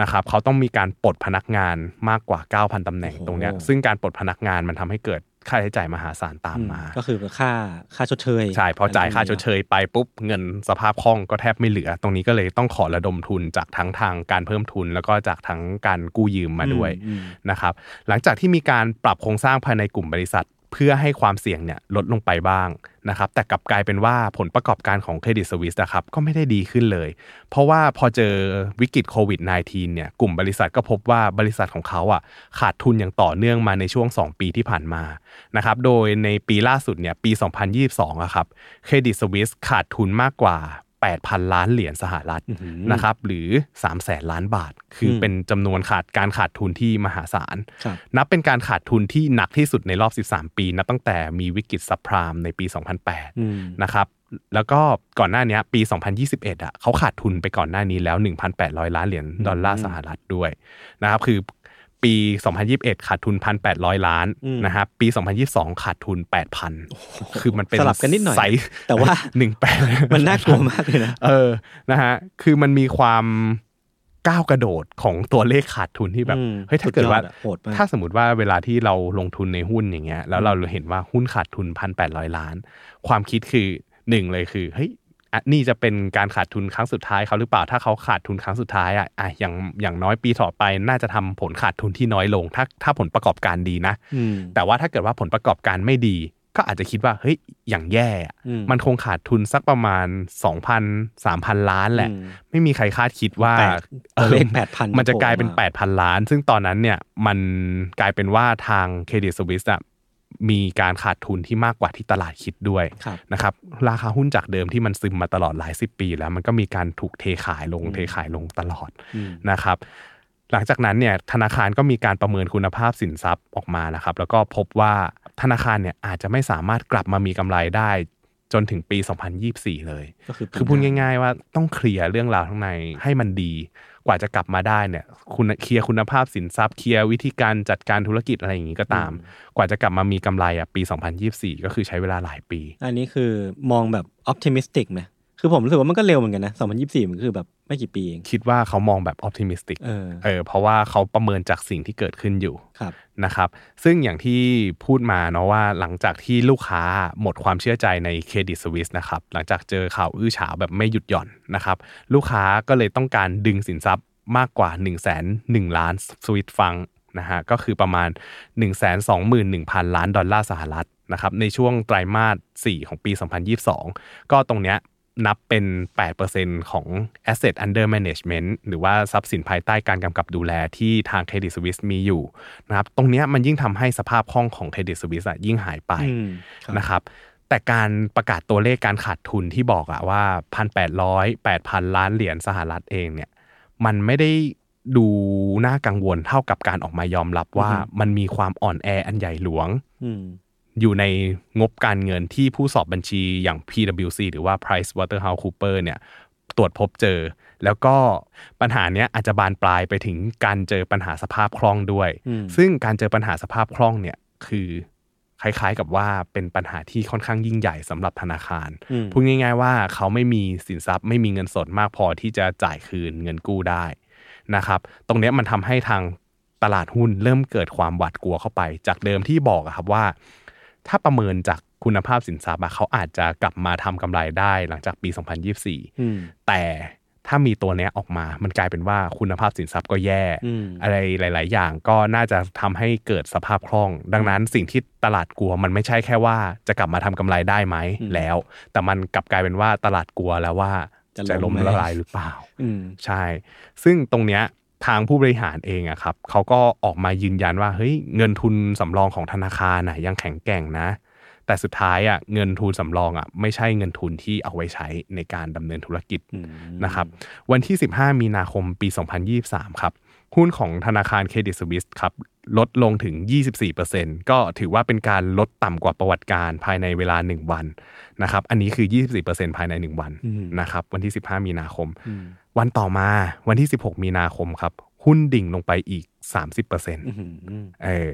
S2: นะครับเขาต้องมีการปลดพนักงานมากกว่า 9,000ตำแหน่งตรงเนี้ยซึ่งการปลดพนักงานมันทำให้เกิดค่าใช้จ่ายมหาศาลตามมา
S3: ก็คือค่าค่าชดเชย
S2: ใช่พอจ่ายค่าชดเชยไปปุ๊บเงินสภาพคล่องก็แทบไม่เหลือ ตรงนี้ก็เลยต้องขอระดมทุนจากทั้งทางการเพิ่มทุน แล้วก็จากทั้งการกู้ยืมมาด้วย
S3: อืม
S2: นะครับหลังจากที่มีการปรับโครงสร้างภายในกลุ่มบริษัท เพื่อให้ความเสี่ยงเนี่ยลดลงไปบ้างนะครับแต่กลับกลายเป็นว่าผลประกอบการของเครดิตสวิสนะครับก็ไม่ได้ดีขึ้นเลย เพราะว่าพอเจอวิกฤตโควิด -19 เนี่ยกลุ่มบริษัทก็พบว่าบริษัทของเขาอ่ะขาดทุนอย่างต่อเนื่องมาในช่วง 2 ปีที่ผ่านมานะครับโดยในปีล่าสุดเนี่ยปี 2022อะครับเครดิตสวิสขาดทุนมากกว่า 8,000 ล้านเหรียญสหรัฐ
S3: อื้อหือ
S2: นะครับหรือ 3 0 0แสนล้านบาท คืออ
S3: ม
S2: เป็นจำนวนขาดการขาดทุนที่มหาศาล
S3: ครับ
S2: นับเป็นการขาดทุนที่หนักที่สุดในรอบ 13 ปี นับตั้งแต่มีวิกฤตซับไพรามในปี 2008
S3: อืม
S2: นะครับ แล้วก็ก่อนหน้าเนี้ยปี 2021 อ่ะเขาขาดทุนไปก่อนหน้านี้แล้ว 1,800 ล้านเหรียญดอลลาร์สหรัฐด้วยนะครับ คือปี 2021 ขาดทุน 1,800 ล้าน
S3: อืม
S2: นะครับ ปี 2022 ขาดทุน 8,000 คือมันเป็น
S3: สลับกันนิดหน่อย
S2: ไซส์
S3: แต่ว่า
S2: 18
S3: มันน่ากลัวมากเลยนะ
S2: เออ นะฮะ คือมันมีความก้าวกระโดดของตัวเลขขาดทุนที่แบบ
S3: อืม
S2: เฮ้ย ถ้าเกิดว่า
S3: สุดยอดอะโหดมาก
S2: ถ้าสมมติว่าเวลาที่เราลงทุนในหุ้นอย่างเงี้ย แล้วเราเห็นว่าหุ้นขาดทุนพันแปดร้อยล้าน ความคิดคือหนึ่งเลยคือ เฮ้ยอ่ะนี่จะเป็นการขาดทุนครั้งสุดท้ายเขาหรือเปล่า ถ้าเขาขาดทุนครั้งสุดท้ายอ่ะอ่ะอย่าง อย่างน้อยปีต่อไป น่าจะทำผลขาดทุนที่น้อยลง ถ้า ถ้าผลประกอบการดีนะ
S3: อืม
S2: แต่ว่าถ้าเกิดว่าผลประกอบการไม่ดี ก็อาจจะคิดว่าเฮ้ยอย่างแย่อะ
S3: อืม
S2: มันคงขาดทุนสักประมาณ 2,000 3,000 ล้านแหละ
S3: อืม
S2: ไม่มีใครคาดคิดว่า
S3: แปดตัวเลข
S2: ออ
S3: 8,000
S2: มันจะกลายเป็น
S3: โผล่มา
S2: 8,000 ล้าน ซึ่งตอนนั้นเนี่ยมันกลายเป็นว่าทางเครดิตสวิสอะมีการขาดทุนที่มากกว่าที่ตลาดคิดด้วย
S3: ครับ
S2: นะครับราคาหุ้นจากเดิมที่มันซึมมาตลอดหลายสิบปีแล้วมันก็มีการถูกเทขายลงเทขายลงตลอด
S3: อืม
S2: นะครับหลังจากนั้นเนี่ยธนาคารก็มีการประเมินคุณภาพสินทรัพย์ออกมานะครับแล้วก็พบว่าธนาคารเนี่ยอาจจะไม่สามารถกลับมามีกำไรได้จนถึงปี 2024 เลย
S3: ก็คือ
S2: คือพูดง่ายๆว่าต้องเคลียร์เรื่องราวข้างในให้มันดี กว่าจะกลับมาได้เนี่ยคุณเคลียร์คุณภาพสินทรัพย์เคลียร์วิธีการจัดการธุรกิจอะไรอย่างนี้ก็ตาม กว่าจะกลับมามีกำไรอ่ะปี 2024 ก็คือใช้เวลาหลายปี
S3: อันนี้คือมองแบบออ t ติมิสติกไหมคือผมรู้สึกว่ามันก็เร็วเหมือนกันนะ 2024 มันก็คือแบบไม่กี่ปีเอง
S2: คิดว่าเขามองแบบออ t ติมิสติก
S3: เออ
S2: เออเพราะว่าเขาประเมินจากสิ่งที่เกิดขึ้นอยู่
S3: ครับ
S2: นะครับ ซึ่งอย่างที่พูดมาเนาะว่าหลังจากที่ลูกค้าหมดความเชื่อใจในเครดิตสวิสนะครับ หลังจากเจอข่าวอื้อฉาวแบบไม่หยุดหย่อนนะครับ ลูกค้าก็เลยต้องการดึงสินทรัพย์มากกว่า 1 0 0 0 0แสนล้านสวิสฟังนะฮะก็คือประมาณ 1 2 1 0 0 0 ล้านดอลลาร์สหรัฐนะครับในช่วงไตรมาส 4 ของปี 2022 ก็ตรงเนี้ย นับเป็น 8%ของ Asset Under Management หรือว่าทรัพย์สินภายใต้การกำกับดูแลที่ทาง Credit Suisse มีอยู่นะครับ ตรงเนี้ยมันยิ่งทำให้สภาพคล่องของ Credit Suisse อะยิ่งหายไป
S3: อืมครับ
S2: นะครับ แต่การประกาศตัวเลขการขาดทุนที่บอกอะว่า 1,800 8,000 ล้านเหรียญสหรัฐเองเนี่ย มันไม่ได้ดูน่ากังวลเท่ากับการออกมายอมรับว่า
S3: อือฮึ
S2: มันมีความอ่อนแออันใหญ่หลวง
S3: อืม
S2: อยู่ในงบการเงินที่ผู้สอบบัญชีอย่าง PwC หรือว่า Price Waterhouse Cooper เนี่ยตรวจพบเจอ แล้วก็ปัญหาเนี้ยอาจจะบานปลายไปถึงการเจอปัญหาสภาพคล่องด้วย
S3: อืม
S2: ซึ่งการเจอปัญหาสภาพคล่องเนี่ยคือคล้ายๆกับว่าเป็นปัญหาที่ค่อนข้างยิ่งใหญ่สำหรับธนาคาร
S3: อืม
S2: พูดง่ายๆว่าเขาไม่มีสินทรัพย์ไม่มีเงินสดมากพอที่จะจ่ายคืนเงินกู้ได้นะครับ ตรงเนี้ยมันทำให้ทางตลาดหุ้นเริ่มเกิดความหวาดกลัวเข้าไป จากเดิมที่บอกอะครับว่า ถ้าประเมินจากคุณภาพสินทรัพย์อะเขาอาจจะกลับมาทำกำไรได้หลังจากปี 2024
S3: อืม
S2: แต่ถ้ามีตัวเนี้ยออกมา มันกลายเป็นว่าคุณภาพสินทรัพย์ก็แย่
S3: อืม
S2: อะไรหลาย ๆ อย่างก็น่าจะทำให้เกิดสภาพคล่อง ดังนั้นสิ่งที่ตลาดกลัวมันไม่ใช่แค่ว่าจะกลับมาทำกำไรได้ไหมแล้ว แต่มันกลับกลายเป็นว่าตลาดกลัวแล้วว่า
S3: จะ
S2: จะ
S3: ล้
S2: ล้
S3: ม
S2: ม
S3: ไหม
S2: ละลายหรือเปล่า
S3: อืม
S2: ใช่ ซึ่งตรงเนี้ยทางผู้บริหารเองอะครับเขาก็ออกมายืนยันว่าเฮ้ยเงินทุนสำรองของธนาคารนะยังแข็งแกร่งนะ แต่สุดท้ายอะเงินทุนสำรองอะไม่ใช่เงินทุนที่เอาไว้ใช้ในการดำเนินธุรกิจ
S3: อืม
S2: นะครับวันที่ 15 มีนาคมปี 2023 ครับ หุ้นของธนาคารเครดิตสวิสครับลดลงถึง 24%ก็ถือว่าเป็นการลดต่ำกว่าประวัติการภายในเวลา 1 วันนะครับอันนี้คือ 24%ภายใน 1 วัน
S3: อืม
S2: นะครับวันที่ 15 มีนาคม
S3: อืม
S2: วันต่อมาวันที่ 16 มีนาคมครับ หุ้นดิ่งลงไปอีก 30%
S3: อืม
S2: เออ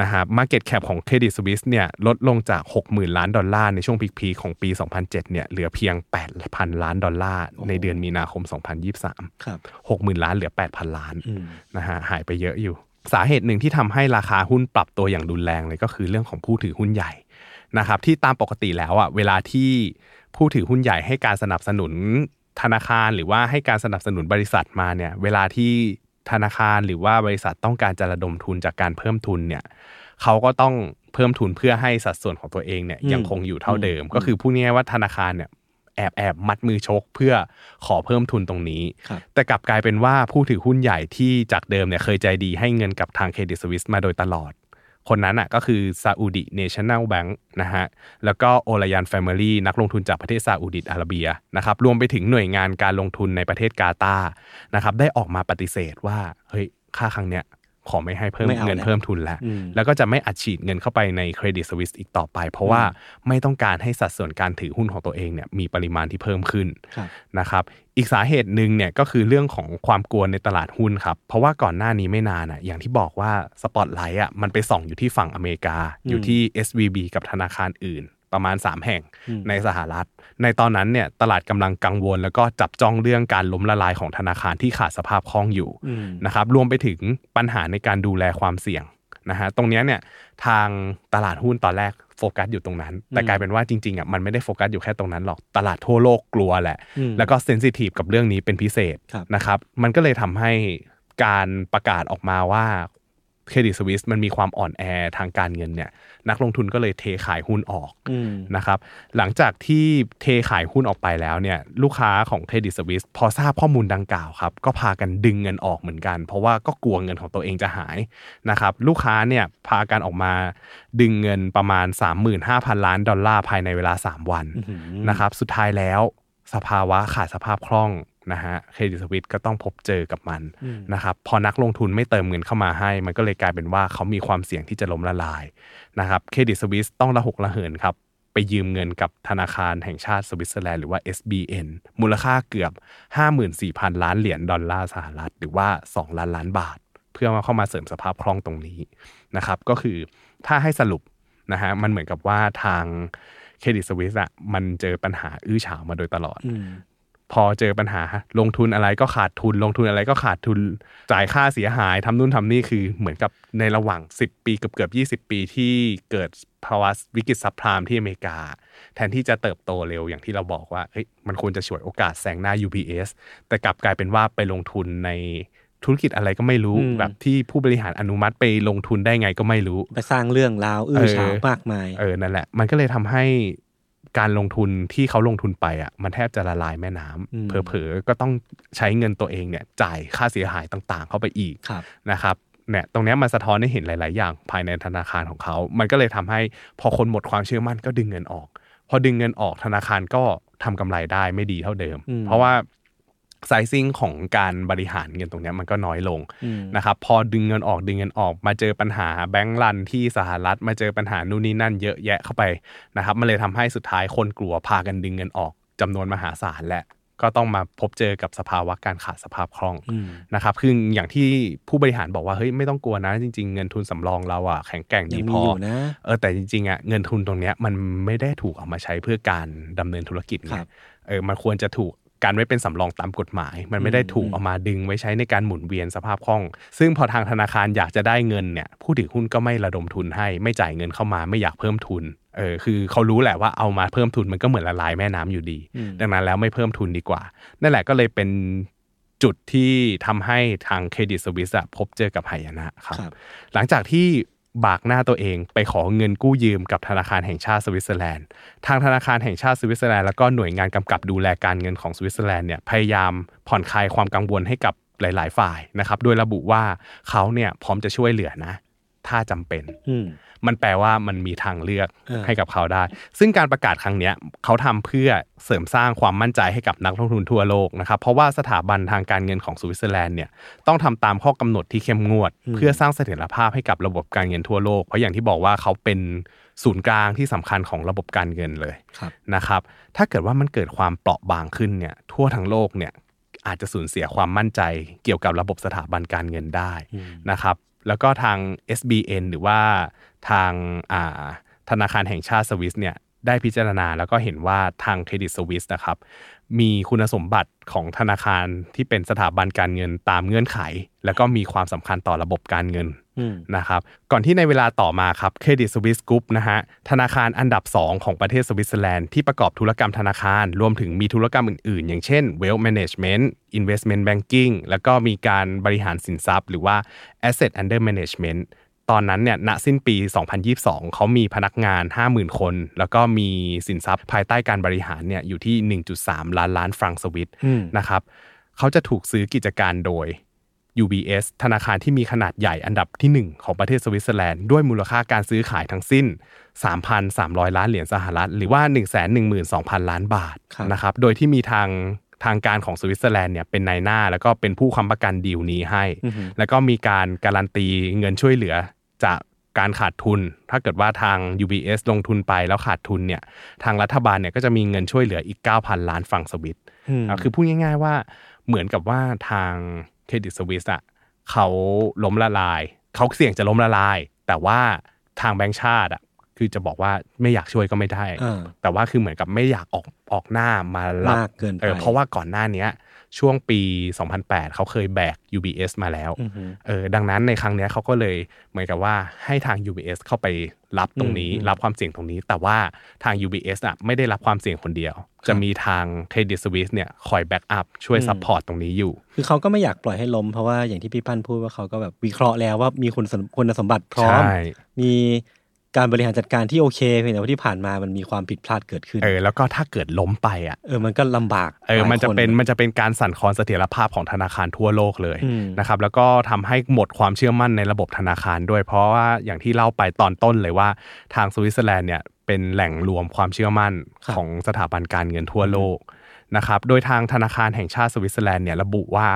S2: นะฮะมาร์เก็ตแคปของ Credit Suisse เนี่ยลดลงจาก 60,000 ล้านดอลลาร์ในช่วงพีคๆของปี 2007เนี่ยเหลือเพียง 8,000 ล้านดอลลาร์ในเดือนมีนาคม 2023
S3: ครับ
S2: 60,000 ล้านเหลือ 8,000 ล้าน
S3: อืม
S2: นะฮะหายไปเยอะอยู่ สาเหตุหนึ่งที่ทำให้ราคาหุ้นปรับตัวอย่างรุนแรงเลยก็คือเรื่องของผู้ถือหุ้นใหญ่นะครับที่ตามปกติแล้วอ่ะเวลาที่ผู้ถือหุ้นใหญ่ให้การสนับสนุนธนาคารหรือว่าให้การสนับสนุนบริษัทมาเนี่ยเวลาที่ธนาคารหรือว่าบริษัทต้องการจะระดมทุนจากการเพิ่มทุนเนี่ยเขาก็ต้องเพิ่มทุนเพื่อให้สัดส่วนของตัวเองเนี่ย
S3: อืม
S2: ยังคงอยู่เท่าเดิม ก็คือพูดง่ายๆว่าธนาคารเนี่ยแอบแอบมัดมือชกเพื่อขอเพิ่มทุนตรงนี้
S3: ครับ
S2: แต่กลับกลายเป็นว่าผู้ถือหุ้นใหญ่ที่จากเดิมเนี่ยเคยใจดีให้เงินกับทางเครดิตสวิสมาโดยตลอด คนนั้นอ่ะก็คือซาอุดิเนชั่นแนลแบงค์นะฮะ แล้วก็โอลายันแฟมิลี่นักลงทุนจากประเทศซาอุดิอาระเบียนะครับรวมไปถึงหน่วยงานการลงทุนในประเทศกาตาร์นะครับได้ออกมาปฏิเสธว่าเฮ้ยค่าครั้งเนี้ยขอไม่ให้เพิ่ม
S3: ไม่เอา
S2: เงิน
S3: แล้ว
S2: เพิ่มทุนแล้ว
S3: อืม
S2: แล้วก็จะไม่อัดฉีดเงินเข้าไปในเครดิตสวิสอีกต่อไป เพราะว่าไม่ต้องการให้สัดส่วนการถือหุ้นของตัวเองเนี่ยมีปริมาณที่เพิ่มขึ้น
S3: ครับ
S2: นะครับอีกสาเหตุหนึ่งเนี่ยก็คือเรื่องของความกลัวในตลาดหุ้นครับ เพราะว่าก่อนหน้านี้ไม่นานอ่ะอย่างที่บอกว่าสปอตไลท์อ่ะมันไปส่องอยู่ที่ฝั่งอเมริกา
S3: อืม
S2: อยู่ที่ SVB กับธนาคารอื่น ประมาณ 3 แห่ง
S3: อืม
S2: ในสหรัฐ ในตอนนั้นเนี่ยตลาดกำลังกังวล แล้วก็จับจ้องเรื่องการล้มละลายของธนาคารที่ขาดสภาพคล่องอยู่
S3: อืม
S2: นะครับรวมไปถึงปัญหาในการดูแลความเสี่ยงนะฮะตรงเนี้ยเนี่ยทางตลาดหุ้นตอนแรกโฟกัสอยู่ตรงนั้น แต่
S3: อืม
S2: กลายเป็นว่าจริงๆอ่ะมันไม่ได้โฟกัสอยู่แค่ตรงนั้นหรอกตลาดทั่วโลกกลัวแหละ
S3: อืม
S2: แล้วก็เซนซิทีฟกับเรื่องนี้เป็นพิเศษ
S3: ครับ
S2: นะครับมันก็เลยทำให้การประกาศออกมาว่า เครดิตสวิสมันมีความอ่อนแอทางการเงินเนี่ยนักลงทุนก็เลยเทขายหุ้นออก
S3: อืม
S2: นะครับหลังจากที่เทขายหุ้นออกไปแล้วเนี่ยลูกค้าของเครดิตสวิสพอทราบข้อมูลดังกล่าวครับก็พากันดึงเงินออกเหมือนกัน เพราะว่าก็กลัวเงินของตัวเองจะหายนะครับลูกค้าเนี่ยพากันออกมาดึงเงินประมาณ 35,000 ล้านดอลลาร์ภายในเวลา 3 วัน
S3: อื้อหือ
S2: นะครับสุดท้ายแล้วสภาวะขาดสภาพคล่องนะฮะเครดิตสวิสก็ต้องพบเจอกับมันนะครับพอนักลงทุนไม่เติมเงินเข้ามาให้ มันก็เลยกลายเป็นว่าเขามีความเสี่ยงที่จะล้มละลาย นะครับเครดิตสวิสต้องระหกระเหินครับ ไปยืมเงินกับธนาคารแห่งชาติสวิตเซอร์แลนด์หรือว่า SBN มูลค่าเกือบ 54,000 ล้านเหรียญดอลลาร์สหรัฐ หรือว่า 2 ล้านล้านบาท เพื่อมาเข้ามาเสริมสภาพคล่องตรงนี้นะครับก็คือถ้าให้สรุปนะฮะมันเหมือนกับว่าทางเครดิตสวิสอะมันเจอปัญหาอื้อฉาวมาโดยตลอด
S3: อืม
S2: พอเจอปัญหาลงทุนอะไรก็ขาดทุน ลงทุนอะไรก็ขาดทุนจ่ายค่าเสียหายทำนู่นทำนี่คือเหมือนกับในระหว่าง 10 ปีเกือบเกือบ20 ปีที่เกิดภาวะวิกฤตซับไพรามที่อเมริกา แทนที่จะเติบโตเร็วอย่างที่เราบอกว่าเฮ้ยมันควรจะฉวยโอกาสแซงหน้า UPS แต่กลับกลายเป็นว่าไปลงทุนในธุรกิจอะไรก็ไม่รู้
S3: อืม
S2: แบบที่ผู้บริหารอนุมัติไปลงทุนได้ไงก็ไม่รู้
S3: ไปสร้างเรื่องราวอื้อฉาว
S2: เออ
S3: มากมาย
S2: เออนั่นแหละ มันก็เลยทำให้การลงทุนที่เขาลงทุนไปอ่ะมันแทบจะละลายแม่น้ำเผลอๆก็ต้องใช้เงินตัวเองเนี่ยจ่ายค่าเสียหายต่างๆ เข้าไปอีก
S3: ครับ
S2: นะครับเนี่ยตรงเนี้ยมันสะท้อนให้เห็นหลาย ๆ อย่างภายในธนาคารของเขา มันก็เลยทำให้พอคนหมดความเชื่อมั่นก็ดึงเงินออก พอดึงเงินออกธนาคารก็ทำกำไรได้ไม่ดีเท่าเดิม
S3: อืม
S2: เพราะว่าไซซิ่งของการบริหารเงินตรงเนี้ยมันก็น้อยลง
S3: อืม
S2: นะครับพอดึงเงินออกดึงเงินออกมาเจอปัญหาแบงก์รันที่สหรัฐมาเจอปัญหานู่นนี่นั่นเยอะแยะเข้าไปนะครับมันเลยทำให้สุดท้ายคนกลัวพากันดึงเงินออกจำนวนมหาศาลและก็ต้องมาพบเจอกับสภาวะการขาดสภาพคล่อง
S3: อืม
S2: นะครับคืออย่างที่ผู้บริหารบอกว่าเฮ้ยไม่ต้องกลัวนะจริง ๆ เงินทุนสำรองเราอะแข็งแกร่ง
S3: ยั
S2: ดี
S3: ง
S2: พ
S3: มี
S2: อ
S3: อยู่นะ
S2: เออแต่จริงๆอะเงินทุนตรงเนี้ยมันไม่ได้ถูกเอามาใช้เพื่อการดำเนินธุรกิจไง
S3: ครับ
S2: เออมันควรจะถูกการไว้เป็นสำรองตามกฎหมาย มันไม่ได้ถูก
S3: อืม
S2: เอามาดึงไว้ใช้ในการหมุนเวียนสภาพคล่อง ซึ่งพอทางธนาคารอยากจะได้เงินเนี่ยผู้ถือหุ้นก็ไม่ระดมทุนให้ ไม่จ่ายเงินเข้ามาไม่อยากเพิ่มทุนเออคือเขารู้แหละว่าเอามาเพิ่มทุนมันก็เหมือนละลายแม่น้ำอยู่ดี
S3: อืม
S2: ดังนั้นแล้วไม่เพิ่มทุนดีกว่า นั่นแหละก็เลยเป็นจุดที่ทำให้ทางเครดิตสวิสอะพบเจอกับหายนะครับ
S3: ครับ
S2: หลังจากที่บากหน้าตัวเองไปขอเงินกู้ยืมกับธนาคารแห่งชาติสวิตเซอร์แลนด์ ทางธนาคารแห่งชาติสวิตเซอร์แลนด์แล้วก็หน่วยงานกำกับดูแลการเงินของสวิตเซอร์แลนด์เนี่ยพยายามผ่อนคลายความกังวลให้กับหลาย ๆ ฝ่ายนะครับโดยระบุว่าเขาเนี่ยพร้อมจะช่วยเหลือนะ ถ้าจำเป็น
S3: อืม
S2: มันแปลว่ามันมีทางเลือก
S3: เออ
S2: ให้กับเขาได้ ซึ่งการประกาศครั้งเนี้ยเขาทำเพื่อเสริมสร้างความมั่นใจให้กับนักลงทุนทั่วโลกนะครับ เพราะว่าสถาบันทางการเงินของสวิตเซอร์แลนด์เนี่ยต้องทำตามข้อกำหนดที่เข้มงวด เพื่อสร้างเสถียรภาพให้กับระบบการเงินทั่วโลก เพราะอย่างที่บอกว่าเขาเป็นศูนย์กลางที่สำคัญของระบบการเงินเลย
S3: ครับ
S2: นะครับ ถ้าเกิดว่ามันเกิดความเปราะบางขึ้นเนี่ยทั่วทั้งโลกเนี่ยอาจจะสูญเสียความมั่นใจเกี่ยวกับระบบสถาบันการเงินได้
S3: อืม
S2: นะครับ แล้วก็ทาง SBN หรือว่าทางอ่าธนาคารแห่งชาติสวิสเนี่ยได้พิจารณาแล้วก็เห็นว่าทางเครดิตสวิสนะครับมีคุณสมบัติของธนาคารที่เป็นสถาบันการเงินตามเงื่อนไข แล้วก็มีความสำคัญต่อระบบการเงิน
S3: อืม
S2: นะครับก่อนที่ในเวลาต่อมาครับเครดิตสวิสกรุ๊ปนะฮะธนาคารอันดับ 2 ของประเทศสวิตเซอร์แลนด์ที่ประกอบธุรกรรมธนาคาร รวมถึงมีธุรกรรมอื่นๆ อย่างเช่น wealth management investment banking แล้วก็มีการบริหารสินทรัพย์ หรือว่า asset under management ตอนนั้นเนี่ยณสิ้นปี 2022 เขามีพนักงาน 50,000 คน แล้วก็มีสินทรัพย์ภายใต้การบริหารเนี่ยอยู่ที่ 1.3 ล้านล้านฟรังก์สวิส
S3: อืม
S2: นะครับเขาจะถูกซื้อกิจการโดย UBS ธนาคารที่มีขนาดใหญ่อันดับทีหนึ่1 ของประเทศสวิตเซอร์แลนด์ ด้วยมูลค่าการซื้อขายทั้งสิ้น 3,300 ล้านเหรียญสหรัฐ หรือว่า 112,000 ล้านบาท
S3: ครับ
S2: นะครับ โดยที่มีทางทางการของสวิตเซอร์แลนด์เนี่ยเป็นนายหน้า แล้วก็เป็นผู้ค้ำประกันดีลนี้ให้
S3: อืม
S2: แล้วก็มีการการันตีเงินช่วยเหลือจากการขาดทุน ถ้าเกิดว่าทาง UBS ลงทุนไปแล้วขาดทุนเนี่ยทางรัฐบาลเนี่ยก็จะมีเงินช่วยเหลืออีก 9,000 ล้านฟรังก์สวิส
S3: อืม
S2: อ่ะคือพูดง่ายๆว่าเหมือนกับว่าทางเครดิตสวิสอ่ะเขาล้มละลาย เขาเสี่ยงจะล้มละลาย แต่ว่าทางแบงก์ชาติอ่ะคือจะบอกว่าไม่อยากช่วยก็ไม่ได้
S3: อ่า
S2: แต่ว่าคือเหมือนกับไม่อยากออกออกหน้ามารับ
S3: มากเกินไป
S2: ออเพราะว่าก่อนหน้าเนี้ย ช่วงปี 2008 เขาเคยแบก UBS มาแล้ว
S3: อือหือ
S2: เออดังนั้นในครั้งเนี้ยเขาก็เลยเหมือนกับว่าให้ทาง UBS เข้าไปรับตรงนี้
S3: อืม
S2: รับความเสี่ยงตรงนี้ แต่ว่าทาง UBS อ่ะไม่ได้รับความเสี่ยงคนเดียว จะมีทาง Credit Suisse เนี่ยคอยแบ็กอัพช่วยซัพพอร์ตตรงนี้อยู่
S3: คือเขาก็ไม่อยากปล่อยให้ล้มเพราะว่าอย่างที่พี่พันธ์พูดว่าเขาก็แบบวิเคราะห์แล้วว่ามีคุณสมคุณสมบัติพร้อม
S2: ใช่
S3: มีการบริหารจัดการที่โอเคเพียงแต่ว่าที่ผ่านมามันมีความผิดพลาดเกิดขึ้น
S2: เออแล้วก็ถ้าเกิดล้มไปอ่ะ
S3: เออมันก็ลำบาก
S2: เออ
S3: หลาย
S2: มันจะ
S3: ค
S2: เป็นมันจะเป็นการสั่นคลอนเสถียรภาพของธนาคารทั่วโลกเลย
S3: อืม
S2: นะครับแล้วก็ทำให้หมดความเชื่อมั่นในระบบธนาคารด้วย เพราะว่าอย่างที่เล่าไปตอนต้นเลยว่าทางสวิตเซอร์แลนด์เนี่ยเป็นแหล่งรวมความเชื่อมั่นของสถาบันการเงินทั่วโลก นะครับ โดยทางธนาคารแห่งชาติสวิตเซอร์แลนด์เนี่ยระบุว่า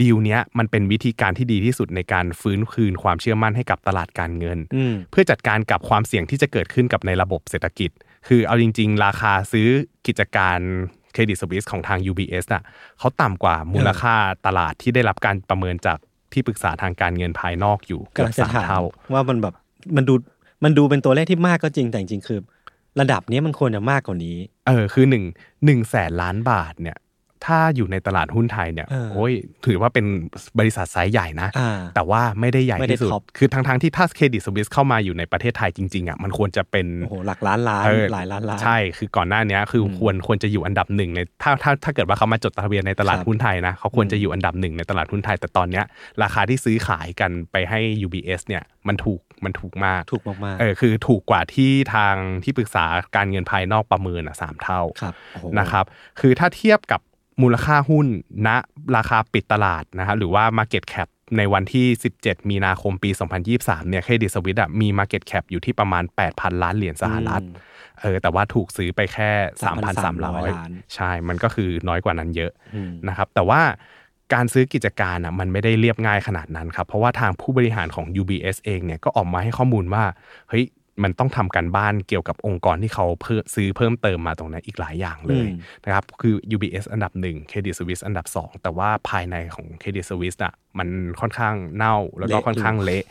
S2: ดีลเนี้ยมันเป็นวิธีการที่ดีที่สุดในการฟื้นคืนความเชื่อมั่นให้กับตลาดการเงิน
S3: อืม
S2: เพื่อจัดการกับความเสี่ยงที่จะเกิดขึ้นกับในระบบเศรษฐกิจ คือเอาจริง ๆ ราคาซื้อกิจการเครดิตสวิสของทาง UBS น่ะเขาต่ำกว่ามูลค่าตลาดที่ได้รับการประเมินจากที่ปรึกษาทางการเงินภายนอกอยู่เกือ
S3: กำลั
S2: บ
S3: งจะ
S2: สาม
S3: ถาม
S2: เท่า
S3: ว่ามันแบบมันดูมันดูเป็นตัวเลขที่มากก็จริงแต่จริงๆคือ ระดับเนี้ยมันควรจะมากกว่านี้
S2: เออคือหนึ่งหนึ่งแสนล้านบาทเนี่ยถ้าอยู่ในตลาดหุ้นไทยเนี่ย
S3: เออ
S2: โอ้ยถือว่าเป็นบริษัทไซส์ใหญ่นะ
S3: อ่า
S2: แต่ว่าไม่ได้ใหญ่
S3: ไม่ได้
S2: ที่สุด
S3: ท็อป
S2: คือทั้งๆที่ถ้าเครดิตสวิสเข้ามาอยู่ในประเทศไทยจริงๆอ่ะมันควรจะเป็น
S3: โอ้โหหลักล้านล้าน
S2: เออ
S3: หลายล้านล้าน
S2: ใช่ คือก่อนหน้าเนี้ยคืออ
S3: ม
S2: ควรควรจะอยู่อันดับหนึ่งในถ้าถ้าถ้าเกิดว่าเขามาจดทะเบียนในตลาด
S3: ครับ
S2: หุ้นไทยนะเขาควร
S3: อืม
S2: จะอยู่อันดับหนึ่งในตลาดหุ้นไทย แต่ตอนเนี้ยราคาที่ซื้อขายกันไปให้ UBS เนี่ยมันถูกมันถูกมาก
S3: ถูกมาก
S2: เออคือถูกกว่าที่ทางที่ปรึกษาการเงินภายนอกประเมินอ่ะสามเท่า
S3: ๆครับโอ้โห
S2: นะครับ คือถ้าเทียบกับมูลค่าหุ้นณราคาปิดตลาดนะครับหรือว่า Market Cap ในวันที่ 17 มีนาคมปี 2023 เนี่ยเครดิตสวิตมี Market Cap อยู่ที่ประมาณ 8,000 ล้านเหรียญสหรัฐ
S3: อืม
S2: เออ แต่ว่าถูกซื้อไปแค่
S3: 3,300ล้าน
S2: 3,300 ใช่ มันก็คือน้อยกว่านั้นเยอะ
S3: อืม
S2: นะครับแต่ว่าการซื้อกิจการอ่ะมันไม่ได้เรียบง่ายขนาดนั้นครับ เพราะว่าทางผู้บริหารของ UBS เองเนี่ยก็ออกมาให้ข้อมูลว่าเฮ้ยมันต้องทำการบ้านเกี่ยวกับองค์กรที่เขาเพิ่มซื้อเพิ่มเติมมาตรงนั้นอีกหลายอย่างเลย
S3: อืม
S2: นะครับคือ UBS อันดับ 1 Credit Suisse อันดับ 2 แต่ว่าภายในของ Credit Suisse น่ะมันค่อนข้างเน่าแล้วก็ค่อนข้างเละ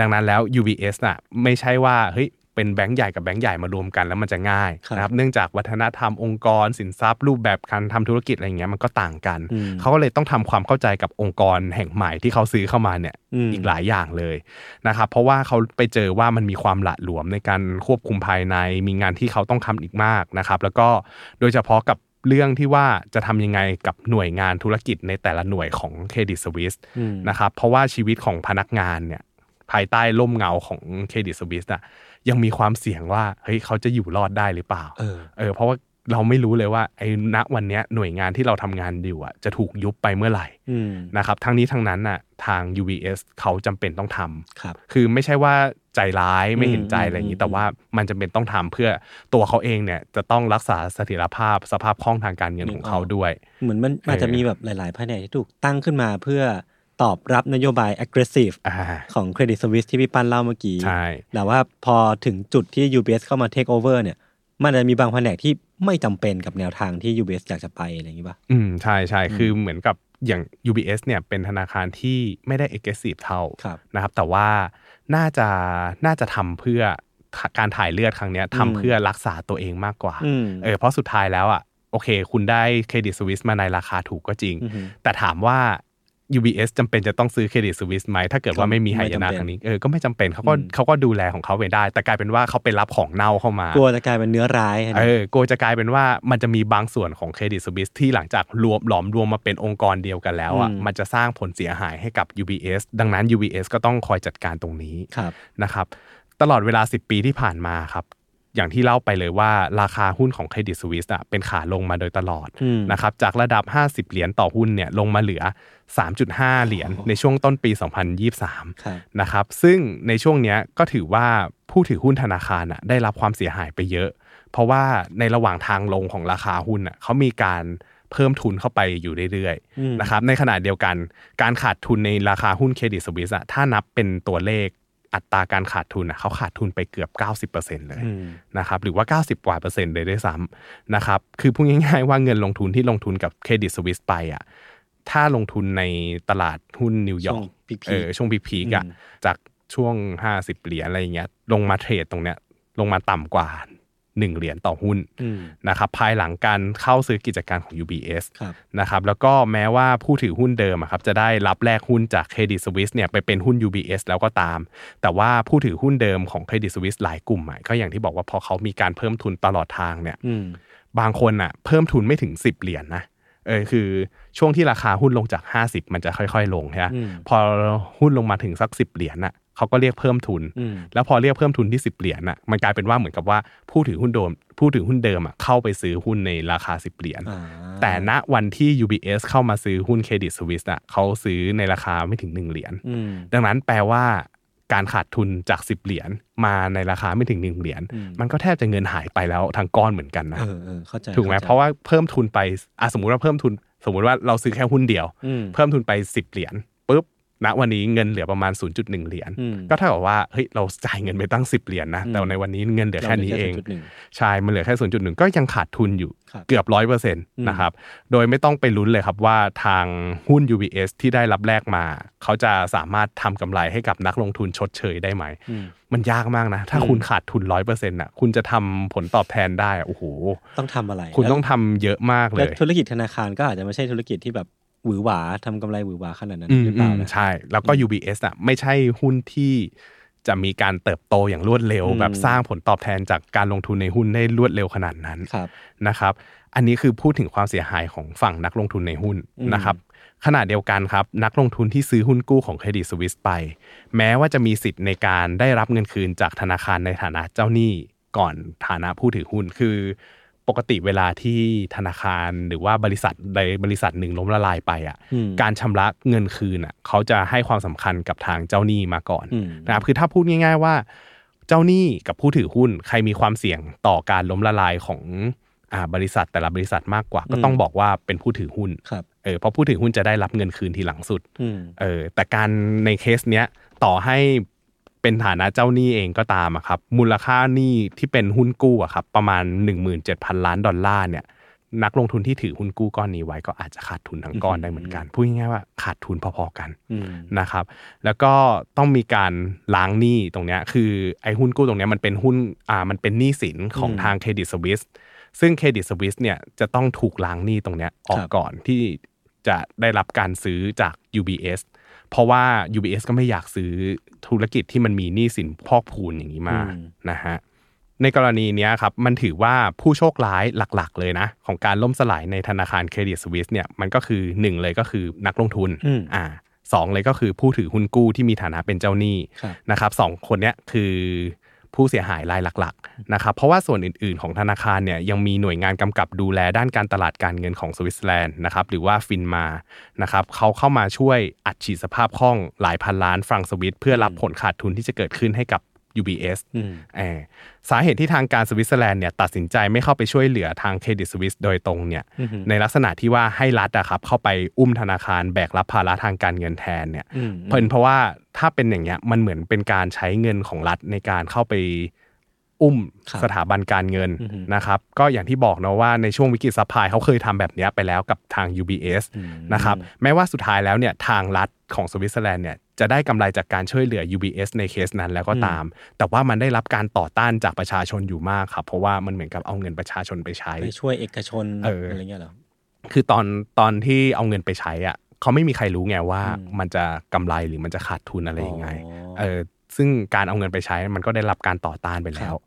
S2: ดังนั้นแล้ว UBS น่ะไม่ใช่ว่าเฮ้ยเป็นแบงก์ใหญ่กับแบงก์ใหญ่มารวมกันแล้วมันจะง่าย
S3: ครับ
S2: นะครับ เนื่องจากวัฒนธรรมองค์กร สินทรัพย์ รูปแบบการทำธุรกิจอะไรอย่างเงี้ยมันก็ต่างกัน
S3: อืม
S2: เขาก็เลยต้องทำความเข้าใจกับองค์กรแห่งใหม่ที่เขาซื้อเข้ามาเนี่ย
S3: อืม
S2: อีกหลายอย่างเลยนะครับเพราะว่าเขาไปเจอว่ามันมีความหละหลวมในการควบคุมภายใน มีงานที่เขาต้องทำอีกมากนะครับ แล้วก็โดยเฉพาะกับเรื่องที่ว่าจะทำยังไงกับหน่วยงานธุรกิจในแต่ละหน่วยของเครดิตสวิส
S3: อืม
S2: นะครับเพราะว่าชีวิตของพนักงานเนี่ยภายใต้ร่มเงาของเครดิตสวิสอะยังมีความเสี่ยงว่าเฮ้ยเขาจะอยู่รอดได้หรือเปล่า
S3: เออ
S2: เพราะว่าเราไม่รู้เลยว่าไอ้ณวันเนี้ยหน่วยงานที่เราทำงานอยู่อะจะถูกยุบไปเมื่อไหร่
S3: อืม
S2: นะครับทั้งนี้ทั้งนั้นน่ะทาง UBS เขาจำเป็นต้องทำ
S3: ครับ
S2: คือไม่ใช่ว่าใจร้ายไม่เห็นใจ
S3: อืม
S2: อะไรอย่างนี้
S3: อืม
S2: แต่ว่ามันจำเป็นต้องทำเพื่อตัวเขาเองเนี่ยจะต้องรักษาเสถียรภาพสภาพคล่องทางการเงินของเขาด้วย
S3: เหมือนมันอาจจะมีแบบหลายๆแผนกที่ถูกตั้งขึ้นมาเพื่อตอบรับนโยบาย aggressive
S2: อ่า
S3: ของ Credit Suisse ที่พี่ปันเล่าเมื่อกี้
S2: ใช่
S3: แต่ว่าพอถึงจุดที่ UBS เข้ามา take over เนี่ย มันจะมีบางแผนกที่ไม่จำเป็นกับแนวทางที่ UBS อยากจะไปอะไรอย่างนี้ป่ะ
S2: อืมใช่ใช่
S3: อืม
S2: คือเหมือนกับอย่าง UBS เนี่ยเป็นธนาคารที่ไม่ได้ aggressive เท่า
S3: ครับ
S2: นะครับแต่ว่าน่าจะน่าจะทำเพื่อการถ่ายเลือดครั้งเนี้ย
S3: อืม
S2: ทำเพื่อรักษาตัวเองมากกว่า
S3: อืม
S2: เออเพราะสุดท้ายแล้วอ่ะโอเค คุณได้เครดิตสวิสมาในราคาถูกก็จริง
S3: อหือ
S2: แต่ถามว่า UBS จำเป็นจะต้องซื้อเครดิตสวิสไหมถ้าเกิดว่าไม่มีหายนะ
S3: ไม่จำเป็น
S2: ทางนี้เออก็ไม่จำเป็นเขาก็
S3: อืม
S2: เขาก็ดูแลของเขาไปได้ แต่กลายเป็นว่าเขาไปรับของเน่าเข้ามาก
S3: ลัวจะกลายเป็นเนื้อร้ายอัน
S2: เอ
S3: นี้
S2: อกลัวจะกลายเป็นว่ามันจะมีบางส่วนของเครดิตสวิสที่หลังจากรวมหลอมรวมมาเป็นองค์กรเดียวกันแล้วอ่ะมันจะสร้างผลเสียหายให้กับ UBS ดังนั้น UBS ก็ต้องคอยจัดการตรงนี้
S3: ครับ
S2: นะครับตลอดเวลา 10 ปีที่ผ่านมาครับ อย่างที่เล่าไปเลยว่าราคาหุ้นของเครดิตสวิสอ่ะเป็นขาลงมาโดยตลอด
S3: อืม
S2: นะครับจากระดับ 50 เหรียญต่อหุ้นเนี่ยลงมาเหลือ 3.5 เหรียญ
S3: โอ้โห
S2: ในช่วงต้นปี
S3: ครั
S2: 2023
S3: บ
S2: นะครับซึ่งในช่วงเนี้ยก็ถือว่าผู้ถือหุ้นธนาคารอ่ะได้รับความเสียหายไปเยอะ เพราะว่าในระหว่างทางลงของราคาหุ้นอ่ะเขามีการเพิ่มทุนเข้าไปอยู่เรื่อย
S3: อืม
S2: ๆนะครับในขณะเดียวกันการขาดทุนในราคาหุ้นเครดิตสวิสอะถ้านับเป็นตัวเลขอัตราการขาดทุนอะเขาขาดทุนไปเกือบ 90%เลย
S3: อืม
S2: นะครับหรือว่า 90 กว่าเปอร์เซ็นต์เลยด้วยซ้ำนะครับคือพูดง่ายๆว่าเงินลงทุนที่ลงทุนกับเครดิตสวิสไปอะถ้าลงทุนในตลาดหุ้นนิวยอร์ก
S3: ช่วงพีคๆ
S2: เออช่วงพีคๆอะ
S3: อืม
S2: จากช่วง 50 เหรียญอะไรอย่างเงี้ยลงมาเทรดตรงเนี้ยลงมาต่ำกว่า 1 เหรียญต่อหุ้น
S3: อืม
S2: นะครับภายหลังการเข้าซื้อกิจการของ UBS
S3: ครับ
S2: นะครับแล้วก็แม้ว่าผู้ถือหุ้นเดิมอะครับจะได้รับแลกหุ้นจากเครดิตสวิสเนี่ยไปเป็นหุ้น UBS แล้วก็ตาม แต่ว่าผู้ถือหุ้นเดิมของเครดิตสวิสหลายกลุ่มอะก็อย่างที่บอกว่าพอเขามีการเพิ่มทุนตลอดทางเนี่ย
S3: อืม
S2: บางคนอะเพิ่มทุนไม่ถึง 10 เหรียญนะเออคือช่วงที่ราคาหุ้นลงจาก 50 มันจะค่อยๆ ลงใช่ไหม
S3: อืม
S2: พอหุ้นลงมาถึงสัก 10 เหรียญน่ะเขาก็เรียกเพิ่มทุน
S3: อืม
S2: แล้วพอเรียกเพิ่มทุนที่ 10 เหรียญน่ะมันกลายเป็นว่าเหมือนกับว่าผู้ถือหุ้นเดิมผู้ถือหุ้นเดิมอะเข้าไปซื้อหุ้นในราคา 10 เหรียญ
S3: อ่า
S2: แต่ณวันที่ UBS เข้ามาซื้อหุ้นเครดิตสวิสน่ะเขาซื้อในราคาไม่ถึง 1 เหรียญ
S3: อืม
S2: ดังนั้นแปลว่าการขาดทุนจาก 10 เหรียญมาในราคาไม่ถึง 1 เหรียญ
S3: อืม
S2: มันก็แทบจะเงินหายไปแล้วทางก้อนเหมือนกันนะ
S3: เออเออเข้าใจ
S2: ถูกไหม
S3: ข้ใจ
S2: เพราะว่าเพิ่มทุนไปอ่ะสมมุติว่าเพิ่มทุน สมมุติว่าเราซื้อแค่หุ้นเดียว
S3: อืม
S2: เพิ่มทุนไป 10 เหรียญปุ๊บณวันนี้เงินเหลือประมาณ 0.1 เหรียญ
S3: อืม
S2: ก็เท่ากับว่าเฮ้ยเราจ่ายเงินไปตั้ง 10 เหรียญนะ
S3: อืม
S2: แต่ในวันนี้เงินเหลือแค่นี้เอง
S3: ราหลืแค่0.1
S2: ใช่ มันเหลือแค่ 0.1 ก็ยังขาดทุนอยู่
S3: ครับ
S2: เกือบร้อยเปอร์เซ็นต์
S3: ม
S2: นะครับ โดยไม่ต้องไปลุ้นเลยครับว่าทางหุ้น UBS ที่ได้รับแรกมา เขาจะสามารถทำกำไรให้กับนักลงทุนชดเชยได้ไหม
S3: อืม
S2: มันยากมากนะ ถ้า
S3: อืม
S2: คุณขาดทุนร้อยเปอร์เซ็นต์่ะ คุณจะทำผลตอบแทนได้อะโอ้โห
S3: ต้องทำอะไร
S2: คุณ
S3: แล้ว
S2: ต้องทำเยอะมากเล
S3: แล้ว
S2: ย
S3: ธุรกิจธนาคารก็อาจจะไม่ใช่ธุรกิจที่แบบหวือหวาทำกำไรหวือหวาขนาดนั้น
S2: อืม
S3: หรือเปล่า
S2: อืม
S3: นะ
S2: ใช่ แล้วก็ UBS อ่ะไม่ใช่หุ้นที่จะมีการเติบโตอย่างรวดเร็ว
S3: อืม
S2: แบบสร้างผลตอบแทนจากการลงทุนในหุ้นได้รวดเร็วขนาดนั้น
S3: ครับ
S2: นะครับ อันนี้คือพูดถึงความเสียหายของฝั่งนักลงทุนในหุ้น
S3: อืม
S2: นะครับ ขณะเดียวกันครับ นักลงทุนที่ซื้อหุ้นกู้ของเครดิตสวิสไป แม้ว่าจะมีสิทธิ์ในการได้รับเงินคืนจากธนาคารในฐานะเจ้าหนี้ก่อนฐานะผู้ถือหุ้นคือ ปกติเวลาที่ธนาคารหรือว่าบริษัทใดบริษัทหนึ่งล้มละลายไปอ่ะ
S3: อืม
S2: การชำระเงินคืนอ่ะเขาจะให้ความสำคัญกับทางเจ้าหนี้มาก่อน
S3: อืม
S2: นะครับคือถ้าพูดง่าย ๆ ว่า เจ้าหนี้กับผู้ถือหุ้น ใครมีความเสี่ยงต่อการล้มละลายของอ่าบริษัทแต่ละบริษัทมากกว่า ก็ต้องบอกว่าเป็นผู้ถือหุ้น
S3: ครับ
S2: เออเพราะผู้ถือหุ้นจะได้รับเงินคืนทีหลังสุด
S3: อืม
S2: เออแต่การในเคสเนี้ยต่อให้เป็นฐานะเจ้าหนี้เองก็ตามอะครับมูลค่าหนี้ที่เป็นหุ้นกู้อะครับประมาณ 17,000 ล้านดอลลาร์เนี่ยนักลงทุนที่ถือหุ้นกู้ก้อนนี้ไว้ก็อาจจะขาดทุนทั้งก้อนได้เหมือนกันพูดง่ายๆว่าขาดทุนพอๆกัน
S3: อืม
S2: นะครับแล้วก็ต้องมีการล้างหนี้ตรงเนี้ยคือไอ้หุ้นกู้ตรงเนี้ยมันเป็นหุ้นอ่ามันเป็นหนี้สินของ
S3: อืม
S2: ทางเครดิตสวิสซึ่งเครดิตสวิสเนี่ยจะต้องถูกล้างหนี้ตรงเนี้ยออก
S3: ครับ
S2: ก่อนที่จะได้รับการซื้อจาก UBS เพราะว่า UBS ก็ไม่อยากซื้อธุรกิจที่มันมีหนี้สินพอกพูนอย่างนี้มา
S3: อืม
S2: นะฮะในกรณีเนี้ยครับมันถือว่าผู้โชคร้ายหลักๆ เลยนะ ของการล่มสลายในธนาคารเครดิตสวิสเนี่ยมันก็คือหนึ่งเลยก็คือนักลงทุน
S3: อืม
S2: อ่าสองเลยก็คือผู้ถือหุ้นกู้ที่มีฐานะเป็นเจ้าหนี้
S3: ครับ
S2: นะครับสองคนเนี้ยคือผู้เสียหายรายหลักๆนะครับเพราะว่าส่วนอื่นๆของธนาคารเนี่ยยังมีหน่วยงานกำกับดูแลด้านการตลาดการเงินของสวิตเซอร์แลนด์นะครับหรือว่าฟินมานะครับเขาเข้ามาช่วยอัดฉีดสภาพคล่องหลายพันล้านฟรังก์สวิสเพื่อรับผลขาดทุนที่จะเกิดขึ้นให้กับ UBS
S3: อืม
S2: เอ่อสาเหตุที่ทางการสวิตเซอร์แลนด์เนี่ยตัดสินใจไม่เข้าไปช่วยเหลือทางเครดิตสวิสโดยตรงเนี่ย
S3: อือหือ
S2: ในลักษณะที่ว่าให้รัฐอะครับเข้าไปอุ้มธนาคารแบกรับภาระทางการเงินแทนเนี่ย
S3: อืม
S2: เพราะเพราะว่าถ้าเป็นอย่างเงี้ยมันเหมือนเป็นการใช้เงินของรัฐในการเข้าไปอุ้ม
S3: ครับ
S2: สถาบันการเงิน
S3: อือหือ
S2: นะครับก็อย่างที่บอกเนาะว่าในช่วงวิกฤตซัพพลายเขาเคยทำแบบเนี้ยไปแล้วกับทาง UBS
S3: อืม
S2: นะครับแม้ว่าสุดท้ายแล้วเนี่ยทางรัฐของสวิตเซอร์แลนด์เนี่ยจะได้กำไรจากการช่วยเหลือ UBS ในเคสนั้นแล้วก็ตาม แต่ว่ามันได้รับการต่อต้านจากประชาชนอยู่มากครับ เพราะว่ามันเหมือนกับเอาเงินประชาชนไปใช้
S3: ไปช่วยเอกชน
S2: เอออ
S3: อะไรเงี้ยเหรอ
S2: คือตอนตอนที่เอาเงินไปใช้อ่ะเขาไม่มีใครรู้ไงว่า
S3: อืม
S2: มันจะกำไรหรือมันจะขาดทุนอะไรยังไง
S3: อ๋อ
S2: เออซึ่งการเอาเงินไปใช้มันก็ได้รับการต่อต้านไปแล้ว
S3: อืม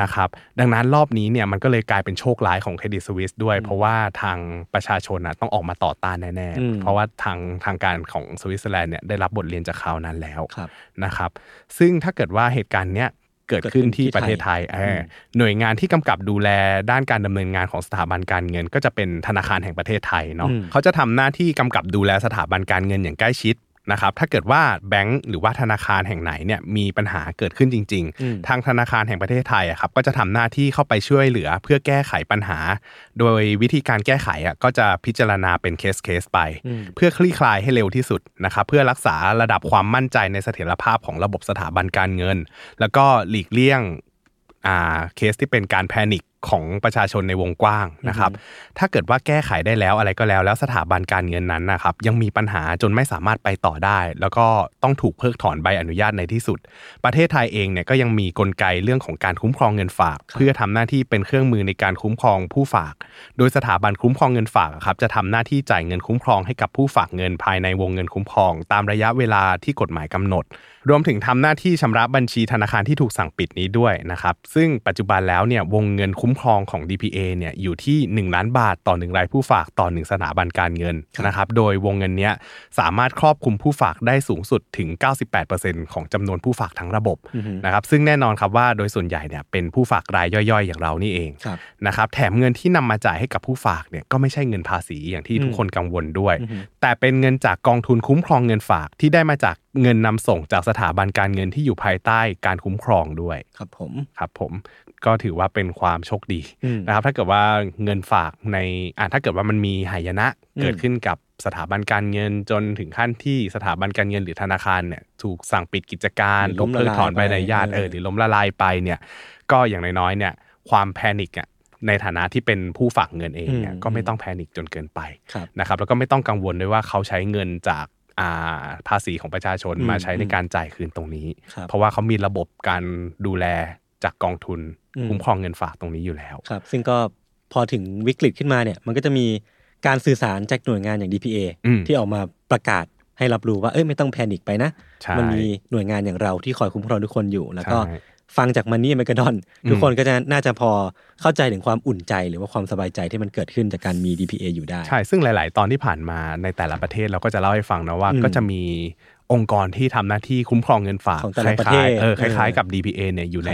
S2: นะครับ ดังนั้นรอบนี้เนี่ยมันก็เลยกลายเป็นโชคร้ายของเครดิตสวิสด้วย เพราะว่าทางประชาชนนะต้องออกมาต่อต้านแน่
S3: อืม
S2: ๆ เพราะว่าทางทางการของสวิตเซอร์แลนด์เนี่ยได้รับบทเรียนจากคราวนั้นแล้ว
S3: ครับ
S2: นะครับซึ่งถ้าเกิดว่าเหตุการณ์เนี้ยเกิดขึ้นที่ประเทศไทยเออหน่วยงานที่กำกับดูแลด้านการดำเนินงานของสถาบันการเงิน ก็จะเป็นธนาคารแห่งประเทศไทยเนาะ
S3: อืม
S2: เขาจะทำหน้าที่กำกับดูแลสถาบันการเงินอย่างใกล้ชิดนะครับถ้าเกิดว่าแบงก์หรือว่าธนาคารแห่งไหนเนี่ยมีปัญหาเกิดขึ้นจริง ๆ
S3: อืม
S2: ทางธนาคารแห่งประเทศไทยอะครับก็จะทำหน้าที่เข้าไปช่วยเหลือเพื่อแก้ไขปัญหา โดยวิธีการแก้ไขอะก็จะพิจารณาเป็นเคสเคสๆไป
S3: อืม
S2: เพื่อคลี่คลายให้เร็วที่สุดนะครับเพื่อรักษาระดับความมั่นใจในเสถียรภาพของระบบสถาบันการเงิน แล้วก็หลีกเลี่ยงอ่าเคสที่เป็นการแพนิค ของประชาชนในวงกว้างนะครับ ถ้าเกิดว่าแก้ไขได้แล้วอะไรก็แล้ว แล้วสถาบันการเงินนั้นนะครับยังมีปัญหาจนไม่สามารถไปต่อได้ แล้วก็ต้องถูกเพิกถอนใบอนุญาตในที่สุด ประเทศไทยเองเนี่ยก็ยังมีกลไกเรื่องของการคุ้มครองเงินฝาก เพื่อทำหน้าที่เป็นเครื่องมือในการคุ้มครองผู้ฝาก โดยสถาบันคุ้มครองเงินฝากอะครับจะทำหน้าที่จ่ายเงินคุ้มครองให้กับผู้ฝากเงินภายในวงเงินคุ้มครอง ตามระยะเวลาที่กฎหมายกำหนด รวมถึงทำหน้าที่ชำระบัญชีธนาคารที่ถูกสั่งปิดนี้ด้วยนะครับ ซึ่งปัจจุบันแล้วเนี่ยวงเงินคุ้มครองของ DPA เนี่ยอยู่ที่ 1 ล้านบาทต่อ 1 รายผู้ฝากต่อ 1 สถาบันการเงินนะครับ โดยวงเงินเนี้ยสามารถครอบคลุมผู้ฝากได้สูงสุดถึง 98%ของจำนวนผู้ฝากทั้งระบบ
S3: อือฮึ
S2: นะครับซึ่งแน่นอนครับว่าโดยส่วนใหญ่เนี่ยเป็นผู้ฝากรายย่อยๆ อย่างเรานี่เอง
S3: ครับ
S2: นะครับแถมเงินที่นำมาจ่ายให้กับผู้ฝากเนี่ยก็ไม่ใช่เงินภาษีอย่างที่ทุก
S3: อืม
S2: คนกังวลด้วย
S3: อือฮึ
S2: แต่เป็นเงินจากกองทุนคุ้มครองเงินฝากที่ได้มาจากเงินนำส่งจากสถาบันการเงินที่อยู่ภายใต้การคุ้มครองด้วย
S3: ครับผม
S2: ครับผมก็ถือว่าเป็นความโชคดี
S3: อืม
S2: นะครับถ้าเกิดว่าเงินฝากในอ่าถ้าเกิดว่ามันมีหายนะ
S3: อืม
S2: เกิดขึ้นกับสถาบันการเงินจนถึงขั้นที่สถาบันการเงินหรือธนาคารเนี่ยถูกสั่งปิดกิจการ
S3: หรือ
S2: ถู
S3: ล้
S2: ก
S3: ม
S2: เพิก
S3: ละลาย
S2: ถอนใบอนุญาต
S3: ไป
S2: เออหรือล้มละลายไปเนี่ยก็อย่างน้อยๆเนี่ยความแพนิคอะในฐานะที่เป็นผู้ฝากเงินเองเนี่ย
S3: อืม
S2: ก็ไม่ต้องแพนิคจนเกินไป
S3: ครับ
S2: นะครับแล้วก็ไม่ต้องกังวลด้วยว่าเขาใช้เงินจากอ่าภาษีของประชาชน
S3: อืม
S2: มาใช้ใน
S3: อืม
S2: การจ่ายคืนตรงนี้
S3: ครับ
S2: เพราะว่าเขามีระบบการดูแลจากกองทุน
S3: อืม
S2: คุ้มครองเงินฝากตรงนี้อยู่แล้ว
S3: ครับ ซึ่งก็พอถึงวิกฤตขึ้นมาเนี่ย มันก็จะมีการสื่อสารจากหน่วยงานอย่าง DPA
S2: อืม
S3: ที่ออกมาประกาศให้รับรู้ว่า เอ้ยไม่ต้องแพนิคไปนะ
S2: ใช่
S3: มันมีหน่วยงานอย่างเราที่คอยคุ้มครองทุกคนอยู่ แล้วก็
S2: ใช่
S3: ฟังจากมันนี่เมกาดอน
S2: อืม
S3: ทุกคนก็จะน่าจะพอเข้าใจถึงความอุ่นใจหรือว่าความสบายใจที่มันเกิดขึ้นจากการมี DPA อยู่ได้
S2: ใช่ ซึ่งหลาย ๆ ตอนที่ผ่านมาในแต่ละประเทศเราก็จะเล่าให้ฟังนะว่า
S3: อืม
S2: ก็จะมีองค์กรที่ทำหน้าที่คุ้มครองเงินฝาก
S3: ของ
S2: ค
S3: แต่ละประ
S2: ล้า
S3: เท
S2: ย
S3: ศ
S2: ๆเออคล้ายๆ
S3: เออ
S2: กับ DPA เนี่ยอยู่ใน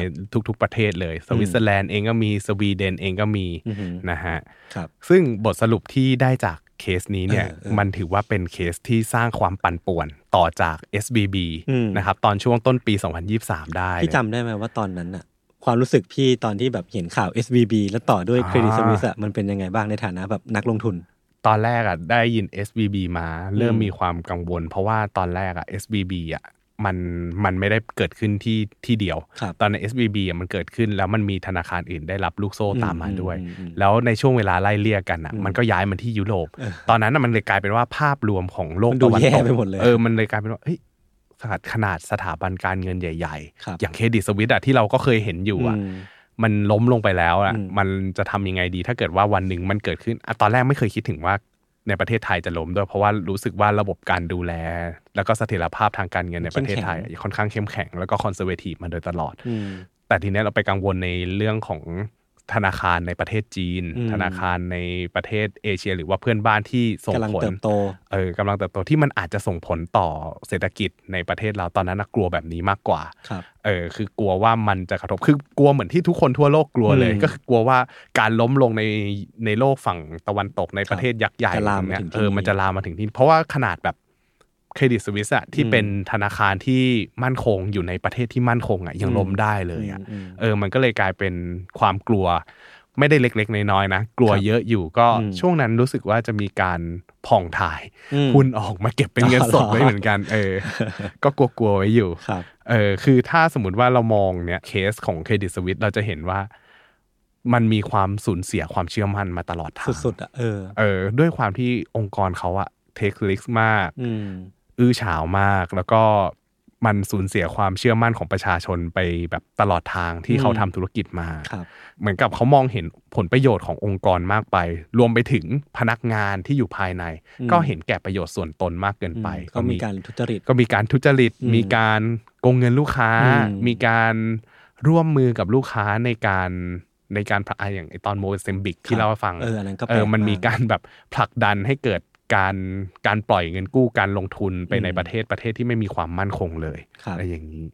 S2: ทุก ๆ ประเทศเลย สวิตเซอร์แลนด์เองก็มี สวีเดนเองก็มี
S3: อือหือ
S2: นะฮะ
S3: ครับ
S2: ซึ่งบทสรุปที่ได้จากเคสนี้เนี่ย
S3: เออเออ
S2: มันถือว่าเป็นเคสที่สร้างความปั่นป่วนต่อจาก SBB
S3: อืม
S2: นะครับตอนช่วงต้นปี 2023 ได้
S3: พี่
S2: เลย
S3: จำได้ไหมว่าตอนนั้นอะความรู้สึกพี่ตอนที่แบบเห็นข่าว SVB แล้วต่อด้วย
S2: อ่า
S3: เครดิตสวิสอะมันเป็นยังไงบ้างในฐานะแบบนักลงทุน
S2: ตอนแรกอ่ะได้ยิน SBB มาเริ่ม
S3: อืม
S2: มีความกังวล เพราะว่าตอนแรกอ่ะ SBB อ่ะมันมันไม่ได้เกิดขึ้นที่ที่เดียว
S3: ครับ
S2: ตอนใน SBB อ่ะมันเกิดขึ้นแล้วมันมีธนาคารอื่นได้รับลูกโซ่
S3: อืม
S2: ตามมาด้วย
S3: อืมอืม
S2: แล้วในช่วงเวลาไล่เลี่ยกันอ่ะมันก็ย้ายมาที่ยุโรป ตอนนั้นน่ะมันเลยกลายเป็นว่าภาพรวมของโลก
S3: มันดู
S2: ตะวัน
S3: แย่
S2: ตก
S3: ไปหมดเลย
S2: เออมันเลยกลายเป็นว่าเฮ้ยขนาดขนาดสถาบันการเงินใหญ่
S3: ครับ
S2: ๆ อย่างเครดิตสวิสอ่ะที่เราก็เคยเห็นอยู่อ่ะ
S3: อืม
S2: มันล้มลงไปแล้วอ่ะ
S3: อืม
S2: มันจะทำยังไงดี ถ้าเกิดว่าวันหนึ่งมันเกิดขึ้นอะตอนแรกไม่เคยคิดถึงว่าในประเทศไทยจะล้มด้วย เพราะว่ารู้สึกว่าระบบการดูแล แล้วก็เสถียรภาพทางการเงินในประเทศไทย
S3: เข้มแข็ง
S2: ค่อนข้างเข้มแข็งแล้วก็คอนเซอร์เวทีฟมาโดยตลอด
S3: อืม
S2: แต่ทีเนี้ยเราไปกังวลในเรื่องของธนาคารในประเทศจีน
S3: อืม
S2: ธนาคารในประเทศเอเชีย หรือว่าเพื่อนบ้านที่ส่ง
S3: กำลัง
S2: ผล
S3: เติบโต
S2: เออกำลังเติบโตที่มันอาจจะส่งผลต่อเศรษฐกิจในประเทศเราตอนนั้นนะกลัวแบบนี้มากกว่า
S3: ครับ
S2: เออคือกลัวว่ามันจะกระทบคือกลัวเหมือนที่ทุกคนทั่วโลกกลัวเลย
S3: อืม
S2: ก็คือกลัวว่าการล้มลงในในโลกฝั่งตะวันตกในประเทศยักษ์ใหญ่
S3: จะลา
S2: ต
S3: ม
S2: รงเนี้ย
S3: มาถึงที่
S2: เออมันจะลามมาถึงที่เพราะว่าขนาดแบบเครดิตสวิสอะที่
S3: อืม
S2: เป็นธนาคารที่มั่นคงอยู่ในประเทศที่มั่นคงอะยัง
S3: อืม
S2: ล้มได้เลยอะ
S3: อืม
S2: เออมันก็เลยกลายเป็นความกลัว ไม่ได้เล็กๆน้อยๆนะกลัว
S3: ครับ
S2: เยอะอยู่ก็
S3: อืม
S2: ช่วงนั้นรู้สึกว่าจะมีการผ่องถ่าย
S3: อืม
S2: หุ้นออกมาเก็บเป็นเงินสดไว้
S3: อ๋อเหรอ
S2: เหมือนกัน เออ ก็กลัวๆไว้อยู่
S3: ครับ
S2: เออคือถ้าสมมติว่าเรามองเนี่ยเคสของเครดิตสวิตเราจะเห็นว่ามันมีความสูญเสียความเชื่อมั่นมาตลอดทาง
S3: สุดๆอ่ะเออ
S2: เออด้วยความที่องค์กรเขาอะเทคลิกมาก
S3: อืม
S2: อื้อฉาวมาก แล้วก็มันสูญเสียความเชื่อมั่นของประชาชนไปแบบตลอดทางที่
S3: อืม
S2: เขาทำธุรกิจมา
S3: ครับ
S2: เหมือนกับเขามองเห็นผลประโยชน์ขององค์กรมากไป รวมไปถึงพนักงานที่อยู่ภายใน
S3: อืม
S2: ก็เห็นแก่ประโยชน์ส่วนตนมากเกิน
S3: อืม
S2: ไป
S3: ก็มีการทุจริต
S2: ก็มีการทุจริต
S3: อืม
S2: มีการโกงเงินลูกค้า
S3: อืม
S2: มีการร่วมมือกับลูกค้าในการในการผลักอ่ะอย่างไอ้ตอนโมเซมบิกที่
S3: ครับ
S2: เราให้ฟัง
S3: เอออันนั้นก็
S2: เออ
S3: แปลก
S2: มัน
S3: มาก
S2: มีการแบบผลักดันให้เกิดการการปล่อยเงินกู้การลงทุนไปใน
S3: อืม
S2: ประเทศประเทศที่ไม่มีความมั่นคงเลย
S3: ครับ
S2: อะไรอย่างนี้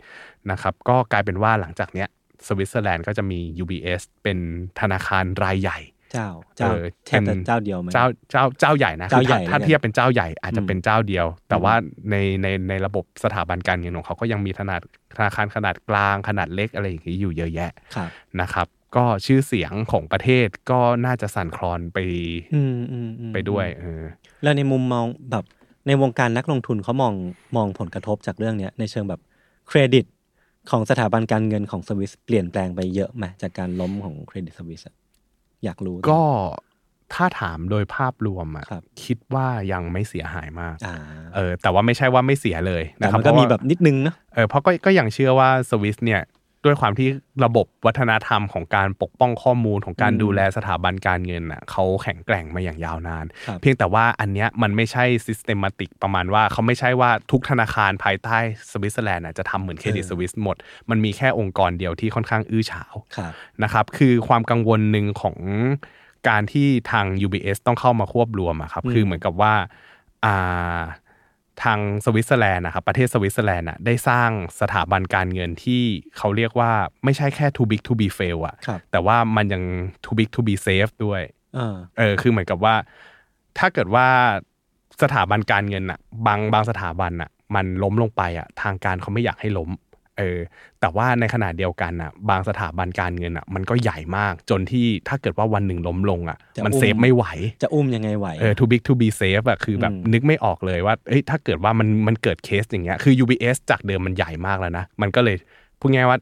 S2: นะครับ ก็กลายเป็นว่าหลังจากเนี้ยสวิตเซอร์แลนด์ก็จะมี UBS เป็นธนาคารรายใหญ่
S3: เจ้า เจ้า
S2: เออ
S3: แทบจะ
S2: เป็น
S3: เจ้าเดียวไหม
S2: เจ้าเจ้าเจ้าใหญ่นะคือ
S3: เจ้าใหญ่
S2: ถ้าถ้า
S3: เลยอะ
S2: เทียบเป็นเจ้าใหญ่อาจจะ
S3: อืม
S2: เป็นเจ้าเดียว แต่ว่าในในในระบบสถาบันการเงินของเขาก็ยังมีขนาดธนาคารขนาดกลางขนาดเล็กอะไรอย่างนี้อยู่เยอะแยะ
S3: ครับ
S2: นะครับ ก็ชื่อเสียงของประเทศก็น่าจะสั่นคลอนไป
S3: อืมอืมอืม
S2: ไปด้วยเออ
S3: แล้วในมุมมองแบบในวงการนักลงทุนเขามองมองผลกระทบจากเรื่องเนี้ยในเชิงแบบเครดิตของสถาบันการเงินของสวิสเปลี่ยนแปลงไปเยอะไหมจากการล้มของเครดิตสวิสอะ อยากรู้
S2: ก็ถ้าถามโดยภาพรวมอะ
S3: ครับ
S2: คิดว่ายังไม่เสียหายมาก
S3: อ่า
S2: เออแต่ว่าไม่ใช่ว่าไม่เสียเลย
S3: แต่
S2: นะครับ
S3: มันก็
S2: เพราะ
S3: มี
S2: ว่า
S3: แบบนิดนึงนะ
S2: เออเพราะก็ก็ยังเชื่อว่าสวิสเนี่ยด้วยความที่ระบบวัฒนธรรมของการปกป้องข้อมูลของการ
S3: อืม
S2: ดูแลสถาบันการเงินน่ะเขาแข็งแกร่งมาอย่างยาวนาน
S3: ครับ
S2: เพียงแต่ว่าอันเนี้ยมันไม่ใช่ systematic ประมาณว่าเขาไม่ใช่ว่าทุกธนาคารภายใต้สวิตเซอร์แลนด์น่ะจะทำเหมือนเครดิตสวิสหมด มันมีแค่องค์กรเดียวที่ค่อนข้างอื้อฉาว
S3: ครับ
S2: นะครับคือความกังวลหนึ่งของการที่ทาง UBS ต้องเข้ามาควบรวมอะครับ
S3: อืม
S2: คือเหมือนกับว่าอ่าทางสวิตเซอร์แลนด์นะครับประเทศสวิตเซอร์แลนด์อะได้สร้างสถาบันการเงินที่เขาเรียกว่าไม่ใช่แค่ too big to be fail อะ
S3: ครับ
S2: แต่ว่ามันยัง too big to be safe ด้วย
S3: เออ
S2: เออคือเหมือนกับว่า ถ้าเกิดว่าสถาบันการเงินอะบางบางสถาบันอะมันล้มลงไปอะทางการเขาไม่อยากให้ล้มเออแต่ว่าในขณะเดียวกันอะบางสถาบันการเงินอะมันก็ใหญ่มากจนที่ถ้าเกิดว่าวันหนึ่งล้มลงอะ
S3: จะ
S2: มัน
S3: อุ้ม
S2: เซฟไม่ไหว
S3: จะอุ้มยังไงไหว
S2: เออ too big to be safe อะคือแบบ
S3: อืม
S2: นึกไม่ออกเลยว่าเอ้ยถ้าเกิดว่ามันมันเกิดเคสอย่างเงี้ยคือ UBS จากเดิมมันใหญ่มากแล้วนะมันก็เลยพูดง่ายๆว่า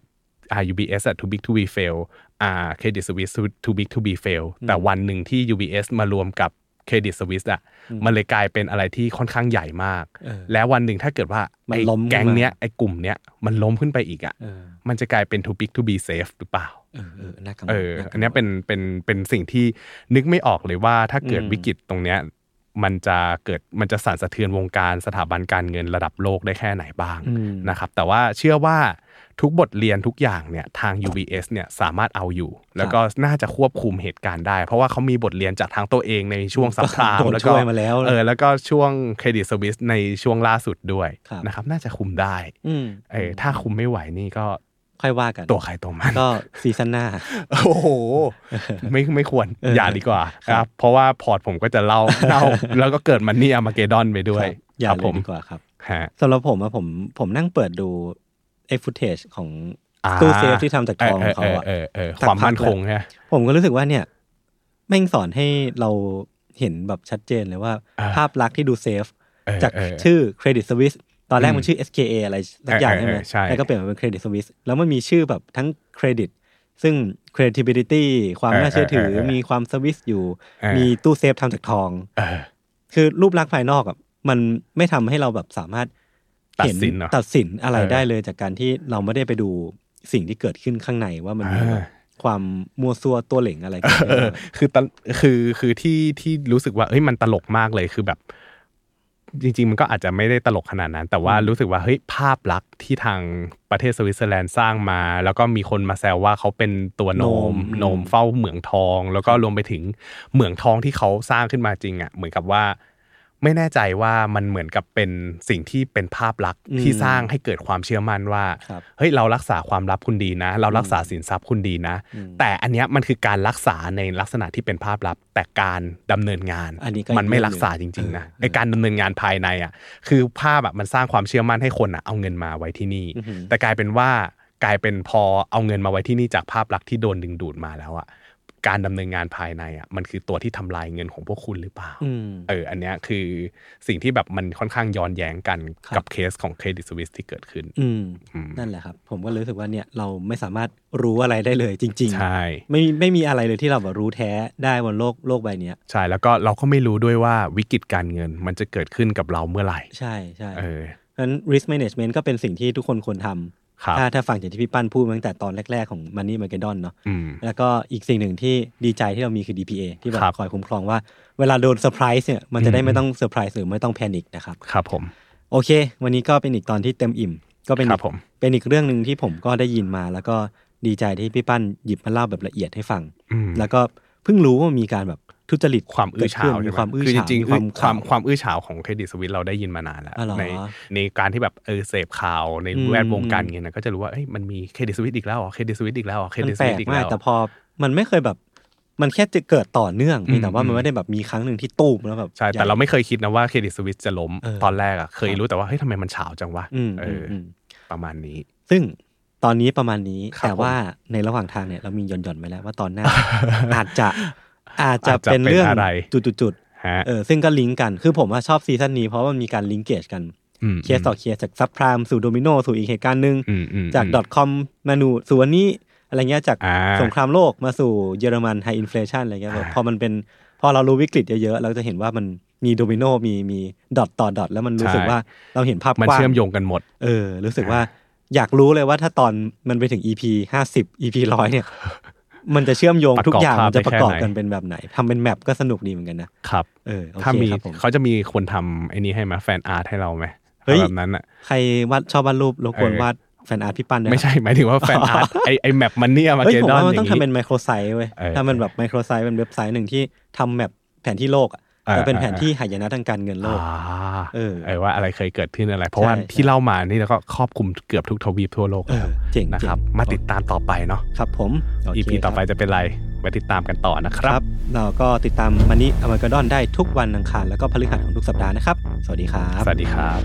S2: อ่า UBS อะ too big to be fail อ่า Credit Suisse too big to be fail แต่วันหนึ่งที่ UBS มารวมกับ Credit Suisse อ่ะมันเลยกลายเป็นอะไรที่ค่อนข้างใหญ่มาก
S3: เออ
S2: แล้ววันหนึ่งถ้าเกิดว่า
S3: มัน
S2: ไอ้
S3: ล้มขึ้นมา
S2: แก๊งเนี้ยไอ้กลุ่มเนี้ยมันล้มขึ้นไปอีกอ่ะ
S3: เออ
S2: มันจะกลายเป็น too big to be safe หรือเปล่า
S3: เออเออน่ากังวล
S2: เออ
S3: ากังวล
S2: อันเนี้ยเป็น เป็น เป็นสิ่งที่นึกไม่ออกเลยว่าถ้าเกิด
S3: อืม
S2: วิกฤตตรงเนี้ยมันจะเกิด มันจะสั่นสะเทือนวงการสถาบันการเงินระดับโลกได้แค่ไหนบ้าง
S3: อืม
S2: นะครับ แต่ว่าเชื่อว่าทุกบทเรียนทุกอย่างเนี่ยทาง UBS เนี่ยสามารถเอาอยู่ แล้วก็น่าจะควบคุมเหตุการณ์ได้ เพราะว่าเขามีบทเรียนจากทางตัวเองในช่วงซับพ ลาม
S3: โดน
S2: แล้วก็
S3: ช่วยมาแล้ว
S2: เออ แล้วก็ช่วงเครดิตสวิสในช่วงล่าสุดด้วย
S3: ครับ
S2: นะครับ น่าจะคุมได้
S3: ม
S2: เออ ถ้าคุมไม่ไหวนี่ก็
S3: ค่อยว่ากัน
S2: ตัวใครตัวมัน
S3: ก็ซีซั่นหน้า
S2: โอ้โห ไม่ไม่ควร
S3: เออ
S2: อ
S3: อ
S2: ย่าดีกว่าครับ เพราะว่าพอร์ตผมก็จะ เล่าเล่า แล้วก็เกิดมันนี่อามาเกดอนไปด้วย
S3: ครับอ
S2: ค
S3: ย่า
S2: รับผ
S3: เลย
S2: ม
S3: ดีกว่าครับ
S2: ฮะ
S3: สำหรับผมอะผมผมนั่งเปิดดูไอ้ฟุตเทจของ
S2: อ่า
S3: ตู้เซฟที่ทำจากทองของเขาอะ
S2: เออเออเออเออ
S3: สัก
S2: ค
S3: พัก
S2: วามมั่นคงฮะ
S3: ผมก็รู้สึกว่าเนี่ยแม่งสอนให้เราเห็นแบบชัดเจนเลยว่า
S2: อ่า
S3: ภาพลักษณ์ที่ดูเซฟ
S2: เออ
S3: จาก
S2: เออ
S3: ชื่อเครดิตสวิสตอนแรก
S2: อืม
S3: มันชื่อ SKA อะไรสักอย่าง
S2: เออ
S3: ใช่ไหม
S2: เออใช่
S3: แล้วก็เปลี่ยนมาเป็นเครดิตสวิสแล้วมันมีชื่อแบบทั้งเครดิต ซึ่ง credibility ความน่าเชื่อถือมีความสวิสอยู่ มีตู้เซฟทำจากทอง
S2: เออ
S3: คือรูปลักษณ์ภายนอกอะมันไม่ทำให้เราแบบสามารถ
S2: ตัด
S3: เห็น
S2: สินเหรอ
S3: ตัดสินอะไร
S2: เออ
S3: ได้เลยจากการที่เราไม่ได้ไปดูสิ่งที่เกิดขึ้นข้างในว่ามันมี
S2: เออ
S3: แบบความมัวซัวตัวเหล่งอะไรเกิดขึ้น
S2: เอ
S3: หรือ
S2: อ
S3: เปล่า
S2: คือตลคือคือที่ที่รู้สึกว่าเฮ้ยมันตลกมากเลยคือแบบ จริง ๆ มันก็อาจจะไม่ได้ตลกขนาดนั้น แต่ว่ารู้สึกว่าเฮ้ยภาพลักษณ์ที่ทางประเทศสวิตเซอร์แลนด์สร้างมา แล้วก็มีคนมาแซวว่าเขาเป็นตัวโน
S3: โน
S2: ม
S3: ม
S2: โนมเฝ้าเหมืองทอง แล้วก็รวมไปถึงเหมืองทองที่เขาสร้างขึ้นมาจริงอ่ะเหมือนกับว่า ไม่แน่ใจว่ามันเหมือนกับเป็นสิ่งที่เป็นภาพลักษณ์
S3: อืม
S2: ที่สร้างให้เกิดความเชื่อมั่นว่า
S3: ครับ
S2: เฮ้ยเรารักษาความลับคุณดีนะ เรารักษาสินทรัพย์คุณดีนะ
S3: อืม
S2: แต่อันเนี้ยมันคือการรักษาในลักษณะที่เป็นภาพลับ แต่การดำเนินงาน
S3: อันนี้ก็
S2: มันไม่รักษาจริงๆนะไอการดำเนินงานภายในอ่ะคือภาพอะมันสร้างความเชื่อมั่นให้คนอ่ะเอาเงินมาไว้ที่นี่
S3: อือหือ
S2: แต่กลายเป็นว่ากลายเป็นพอเอาเงินมาไว้ที่นี่จากภาพลักษณ์ที่โดนดึงดูดมาแล้วอ่ะการดำเนินงานภายในอ่ะมันคือตัวที่ทำลายเงินของพวกคุณหรือเปล่า
S3: อืม
S2: เออ อันเนี้ยคือสิ่งที่แบบมันค่อนข้างย้อนแย้งกัน
S3: ครับ
S2: กับเคสของเครดิตสวิสที่เกิดขึ้น
S3: อืม
S2: อืม
S3: นั่นแหละครับ ผมก็เลยรู้สึกว่าเนี่ยเราไม่สามารถรู้อะไรได้เลยจริง
S2: ใช่
S3: ๆ ไม่ไม่มีอะไรเลยที่เราแบบรู้แท้ได้บนโลกโลกใบเนี้ย
S2: ใช่ แล้วก็เราก็ไม่รู้ด้วยว่าวิกฤตการเงินมันจะเกิดขึ้นกับเราเมื่อไหร่
S3: ใช่ใช่
S2: เออ
S3: เพราะฉะนั้น risk management ก็เป็นสิ่งที่ทุกคนควร
S2: ครั
S3: ทำ
S2: บ
S3: ถ้าถ้าฟังจากที่พี่ปั้นพูดมาตั้งแต่ตอนแรก ๆ ของ Money m a r k e d o n เนาะ
S2: อืม
S3: แล้วก็อีกสิ่งหนึ่งที่ดีใจที่เรามีคือ DPA ที่แบบ
S2: ครับ
S3: คอยคุ้มครองว่าเวลาโดนเซอร์ไพรส์เนี่ยมันจะได้
S2: อืม
S3: ไม่ต้องเซอร์ไพรส์หรือไม่ต้องแพนิคนะครับ
S2: ครับผม
S3: โอเค วันนี้ก็เป็นอีกตอนที่เต็มอิ่ม ก็เป็
S2: ค
S3: นอี
S2: รั
S3: ก
S2: บผม
S3: เป็นอีกเรื่องหนึ่งที่ผมก็ได้ยินมา แล้วก็ดีใจที่พี่ปั้นหยิบมาเล่าแบบละเอียดให้ฟัง
S2: อืม
S3: แล้วก็เพิ่งรู้ว่ามีการแบบทุจริต
S2: ความอื้อฉาว
S3: เกิดขึ้น
S2: ใช่ไหม
S3: มีความอื้อ
S2: คือจ
S3: ฉาว
S2: ริง
S3: มี
S2: ๆค
S3: คาว
S2: วาม ม
S3: ข่า
S2: คว วามความอื้อฉาวของเครดิตสวิสเราได้ยินมานานแล้ว
S3: อ๋อเหรอ
S2: ในในการที่แบบเออเสพข่าวใน
S3: อืม
S2: แวดวงการเงินนะก็จะรู้ว่าเอ้ยมันมีเครดิตสวิสอีกแล้วเหรอเครดิตสวิสอีกแล้วเหรอเคร
S3: มั
S2: ดิ
S3: น
S2: ตส
S3: แปล
S2: วิส
S3: ก
S2: อีก
S3: มา
S2: แล้
S3: ก
S2: ว
S3: แต่พอมันไม่เคยแบบ มันแค่จะเกิดต่อเนื่อง
S2: อืม
S3: แต่ว่ามั
S2: อื
S3: น
S2: ม
S3: ไม่ได้แบบมีครั้งหนึ่งที่ตูมแล้วแบบ
S2: ใช่ แต่
S3: หญ่
S2: เราไม่เคยคิดนะว่าเครดิตสวิสจะล้ม
S3: เออ
S2: ตอนแรกอ่ะเคยรู้แต่ว่าเฮ้ยทำไมมันเฉาวจังวะ
S3: อืม
S2: เอ
S3: อืม
S2: ออ
S3: อืม
S2: ประมาณนี้
S3: ซึ่งตอนนี้ประมาณนี้
S2: ครับ
S3: แต่ว่าในระหว่างทางเนี่ยเรามีหย่อนๆไว้แล้วว่าตอนหน้า อาจจะอาจจะ
S2: อาจจะ
S3: เป็นเรื่อง
S2: เป็นอะไร
S3: จุดๆๆ
S2: ฮะ
S3: เออซึ่งก็ลิงก์กันคือผมว่าชอบซีซั่นนี้เพราะมันมีการลิงก์เกจกัน
S2: ม
S3: เคสต่อเคสจากซับพรามสู่โดมิโนสู่อีกเหตุการณ์หนึ่ง
S2: อืมอืม
S3: จาก
S2: ม
S3: ดอทคอมมานูสู่วันนี้ อะไรเงี้ยจาก
S2: อ่า
S3: สงครามโลกมาสู่เยอรมันไฮอินฟลชันอะไรเงี้ยแบบ
S2: อ่า
S3: พอมันเป็นพอเรารู้วิกฤตเยอะๆ เราจะเห็นว่ามันมีโดมิโนมีมีดอทต่อดอทแล้วมันรู้สึก
S2: ใช่
S3: ว่าเราเห็นภาพ
S2: มัน
S3: กว้าง
S2: เชื่อมโยงกันหมด
S3: เออรู้สึกว่าอยากรู้เลยว่าถ้าตอนมันไปถึง EP ห้าสิบ EP ร้อยเนี่ย มันจะเชื่อมโยง
S2: ประกอบ
S3: ทุกอย่าง
S2: ภาพ
S3: มันจะประกอบ
S2: ได้แค่ไหน
S3: กันเป็นแบบไหนทำเป็นแมปก็สนุกดีเหมือนกันนะครับ เออโอเค
S2: ถ้ามี
S3: ครับผม
S2: เขาจะมีคนทำไอ้นี่ให้มาแฟนอาร์ตให้เราไหม
S3: เฮ้ย
S2: แบบนั้นอ่ะ
S3: ใครวาดชอบวาดรูปรบกวน
S2: เออ
S3: วาดแฟนอาร์ตพี่ปั้นด้วยนะ
S2: ไม่ใช่หมายถึงว่าแฟ นอาร์ต ไอไอแมปมันเนี่ยมา
S3: เฮ้ย
S2: เก
S3: ผม
S2: ดอน
S3: ว่ามัน
S2: อ
S3: ต้อย่าง
S2: ง
S3: ทำ
S2: นี้
S3: เป็นไมโครไซต์เว้ย
S2: เออ
S3: ถ้ามันแบบไมโครไซต์เป็นเว็บไซต์หนึ่งที่ทำแบบแผนที่โลกอะ
S2: เออ
S3: แต่เป็น
S2: เออ
S3: แผนที่หายนะทางการเงินโล
S2: อ่
S3: ก
S2: า
S3: เออ
S2: เออว่าอะไรเคยเกิดขึ้นอะไร เพราะว่า
S3: ใช่ใช่
S2: ที่เล่ามานี่แล้วก็ครอบคลุมเกือบทุกทวีปทั่วโลก
S3: เออเจ๋ง
S2: นะครับ
S3: เจ๋ง
S2: มาติดตามต่อไปเนาะ
S3: ครับผมโเค
S2: EP ต่อไปจะเป็นไรมาติดตามกันต่อนะค
S3: ค
S2: รั
S3: รับ บ เราก็ติดตามมันนี้อเมริกาดอนได้ทุกวันอังคารแล้วก็พฤหัสของทุกสัปดาห์นะครับ สวัสดีครับ
S2: สวัสดีครับ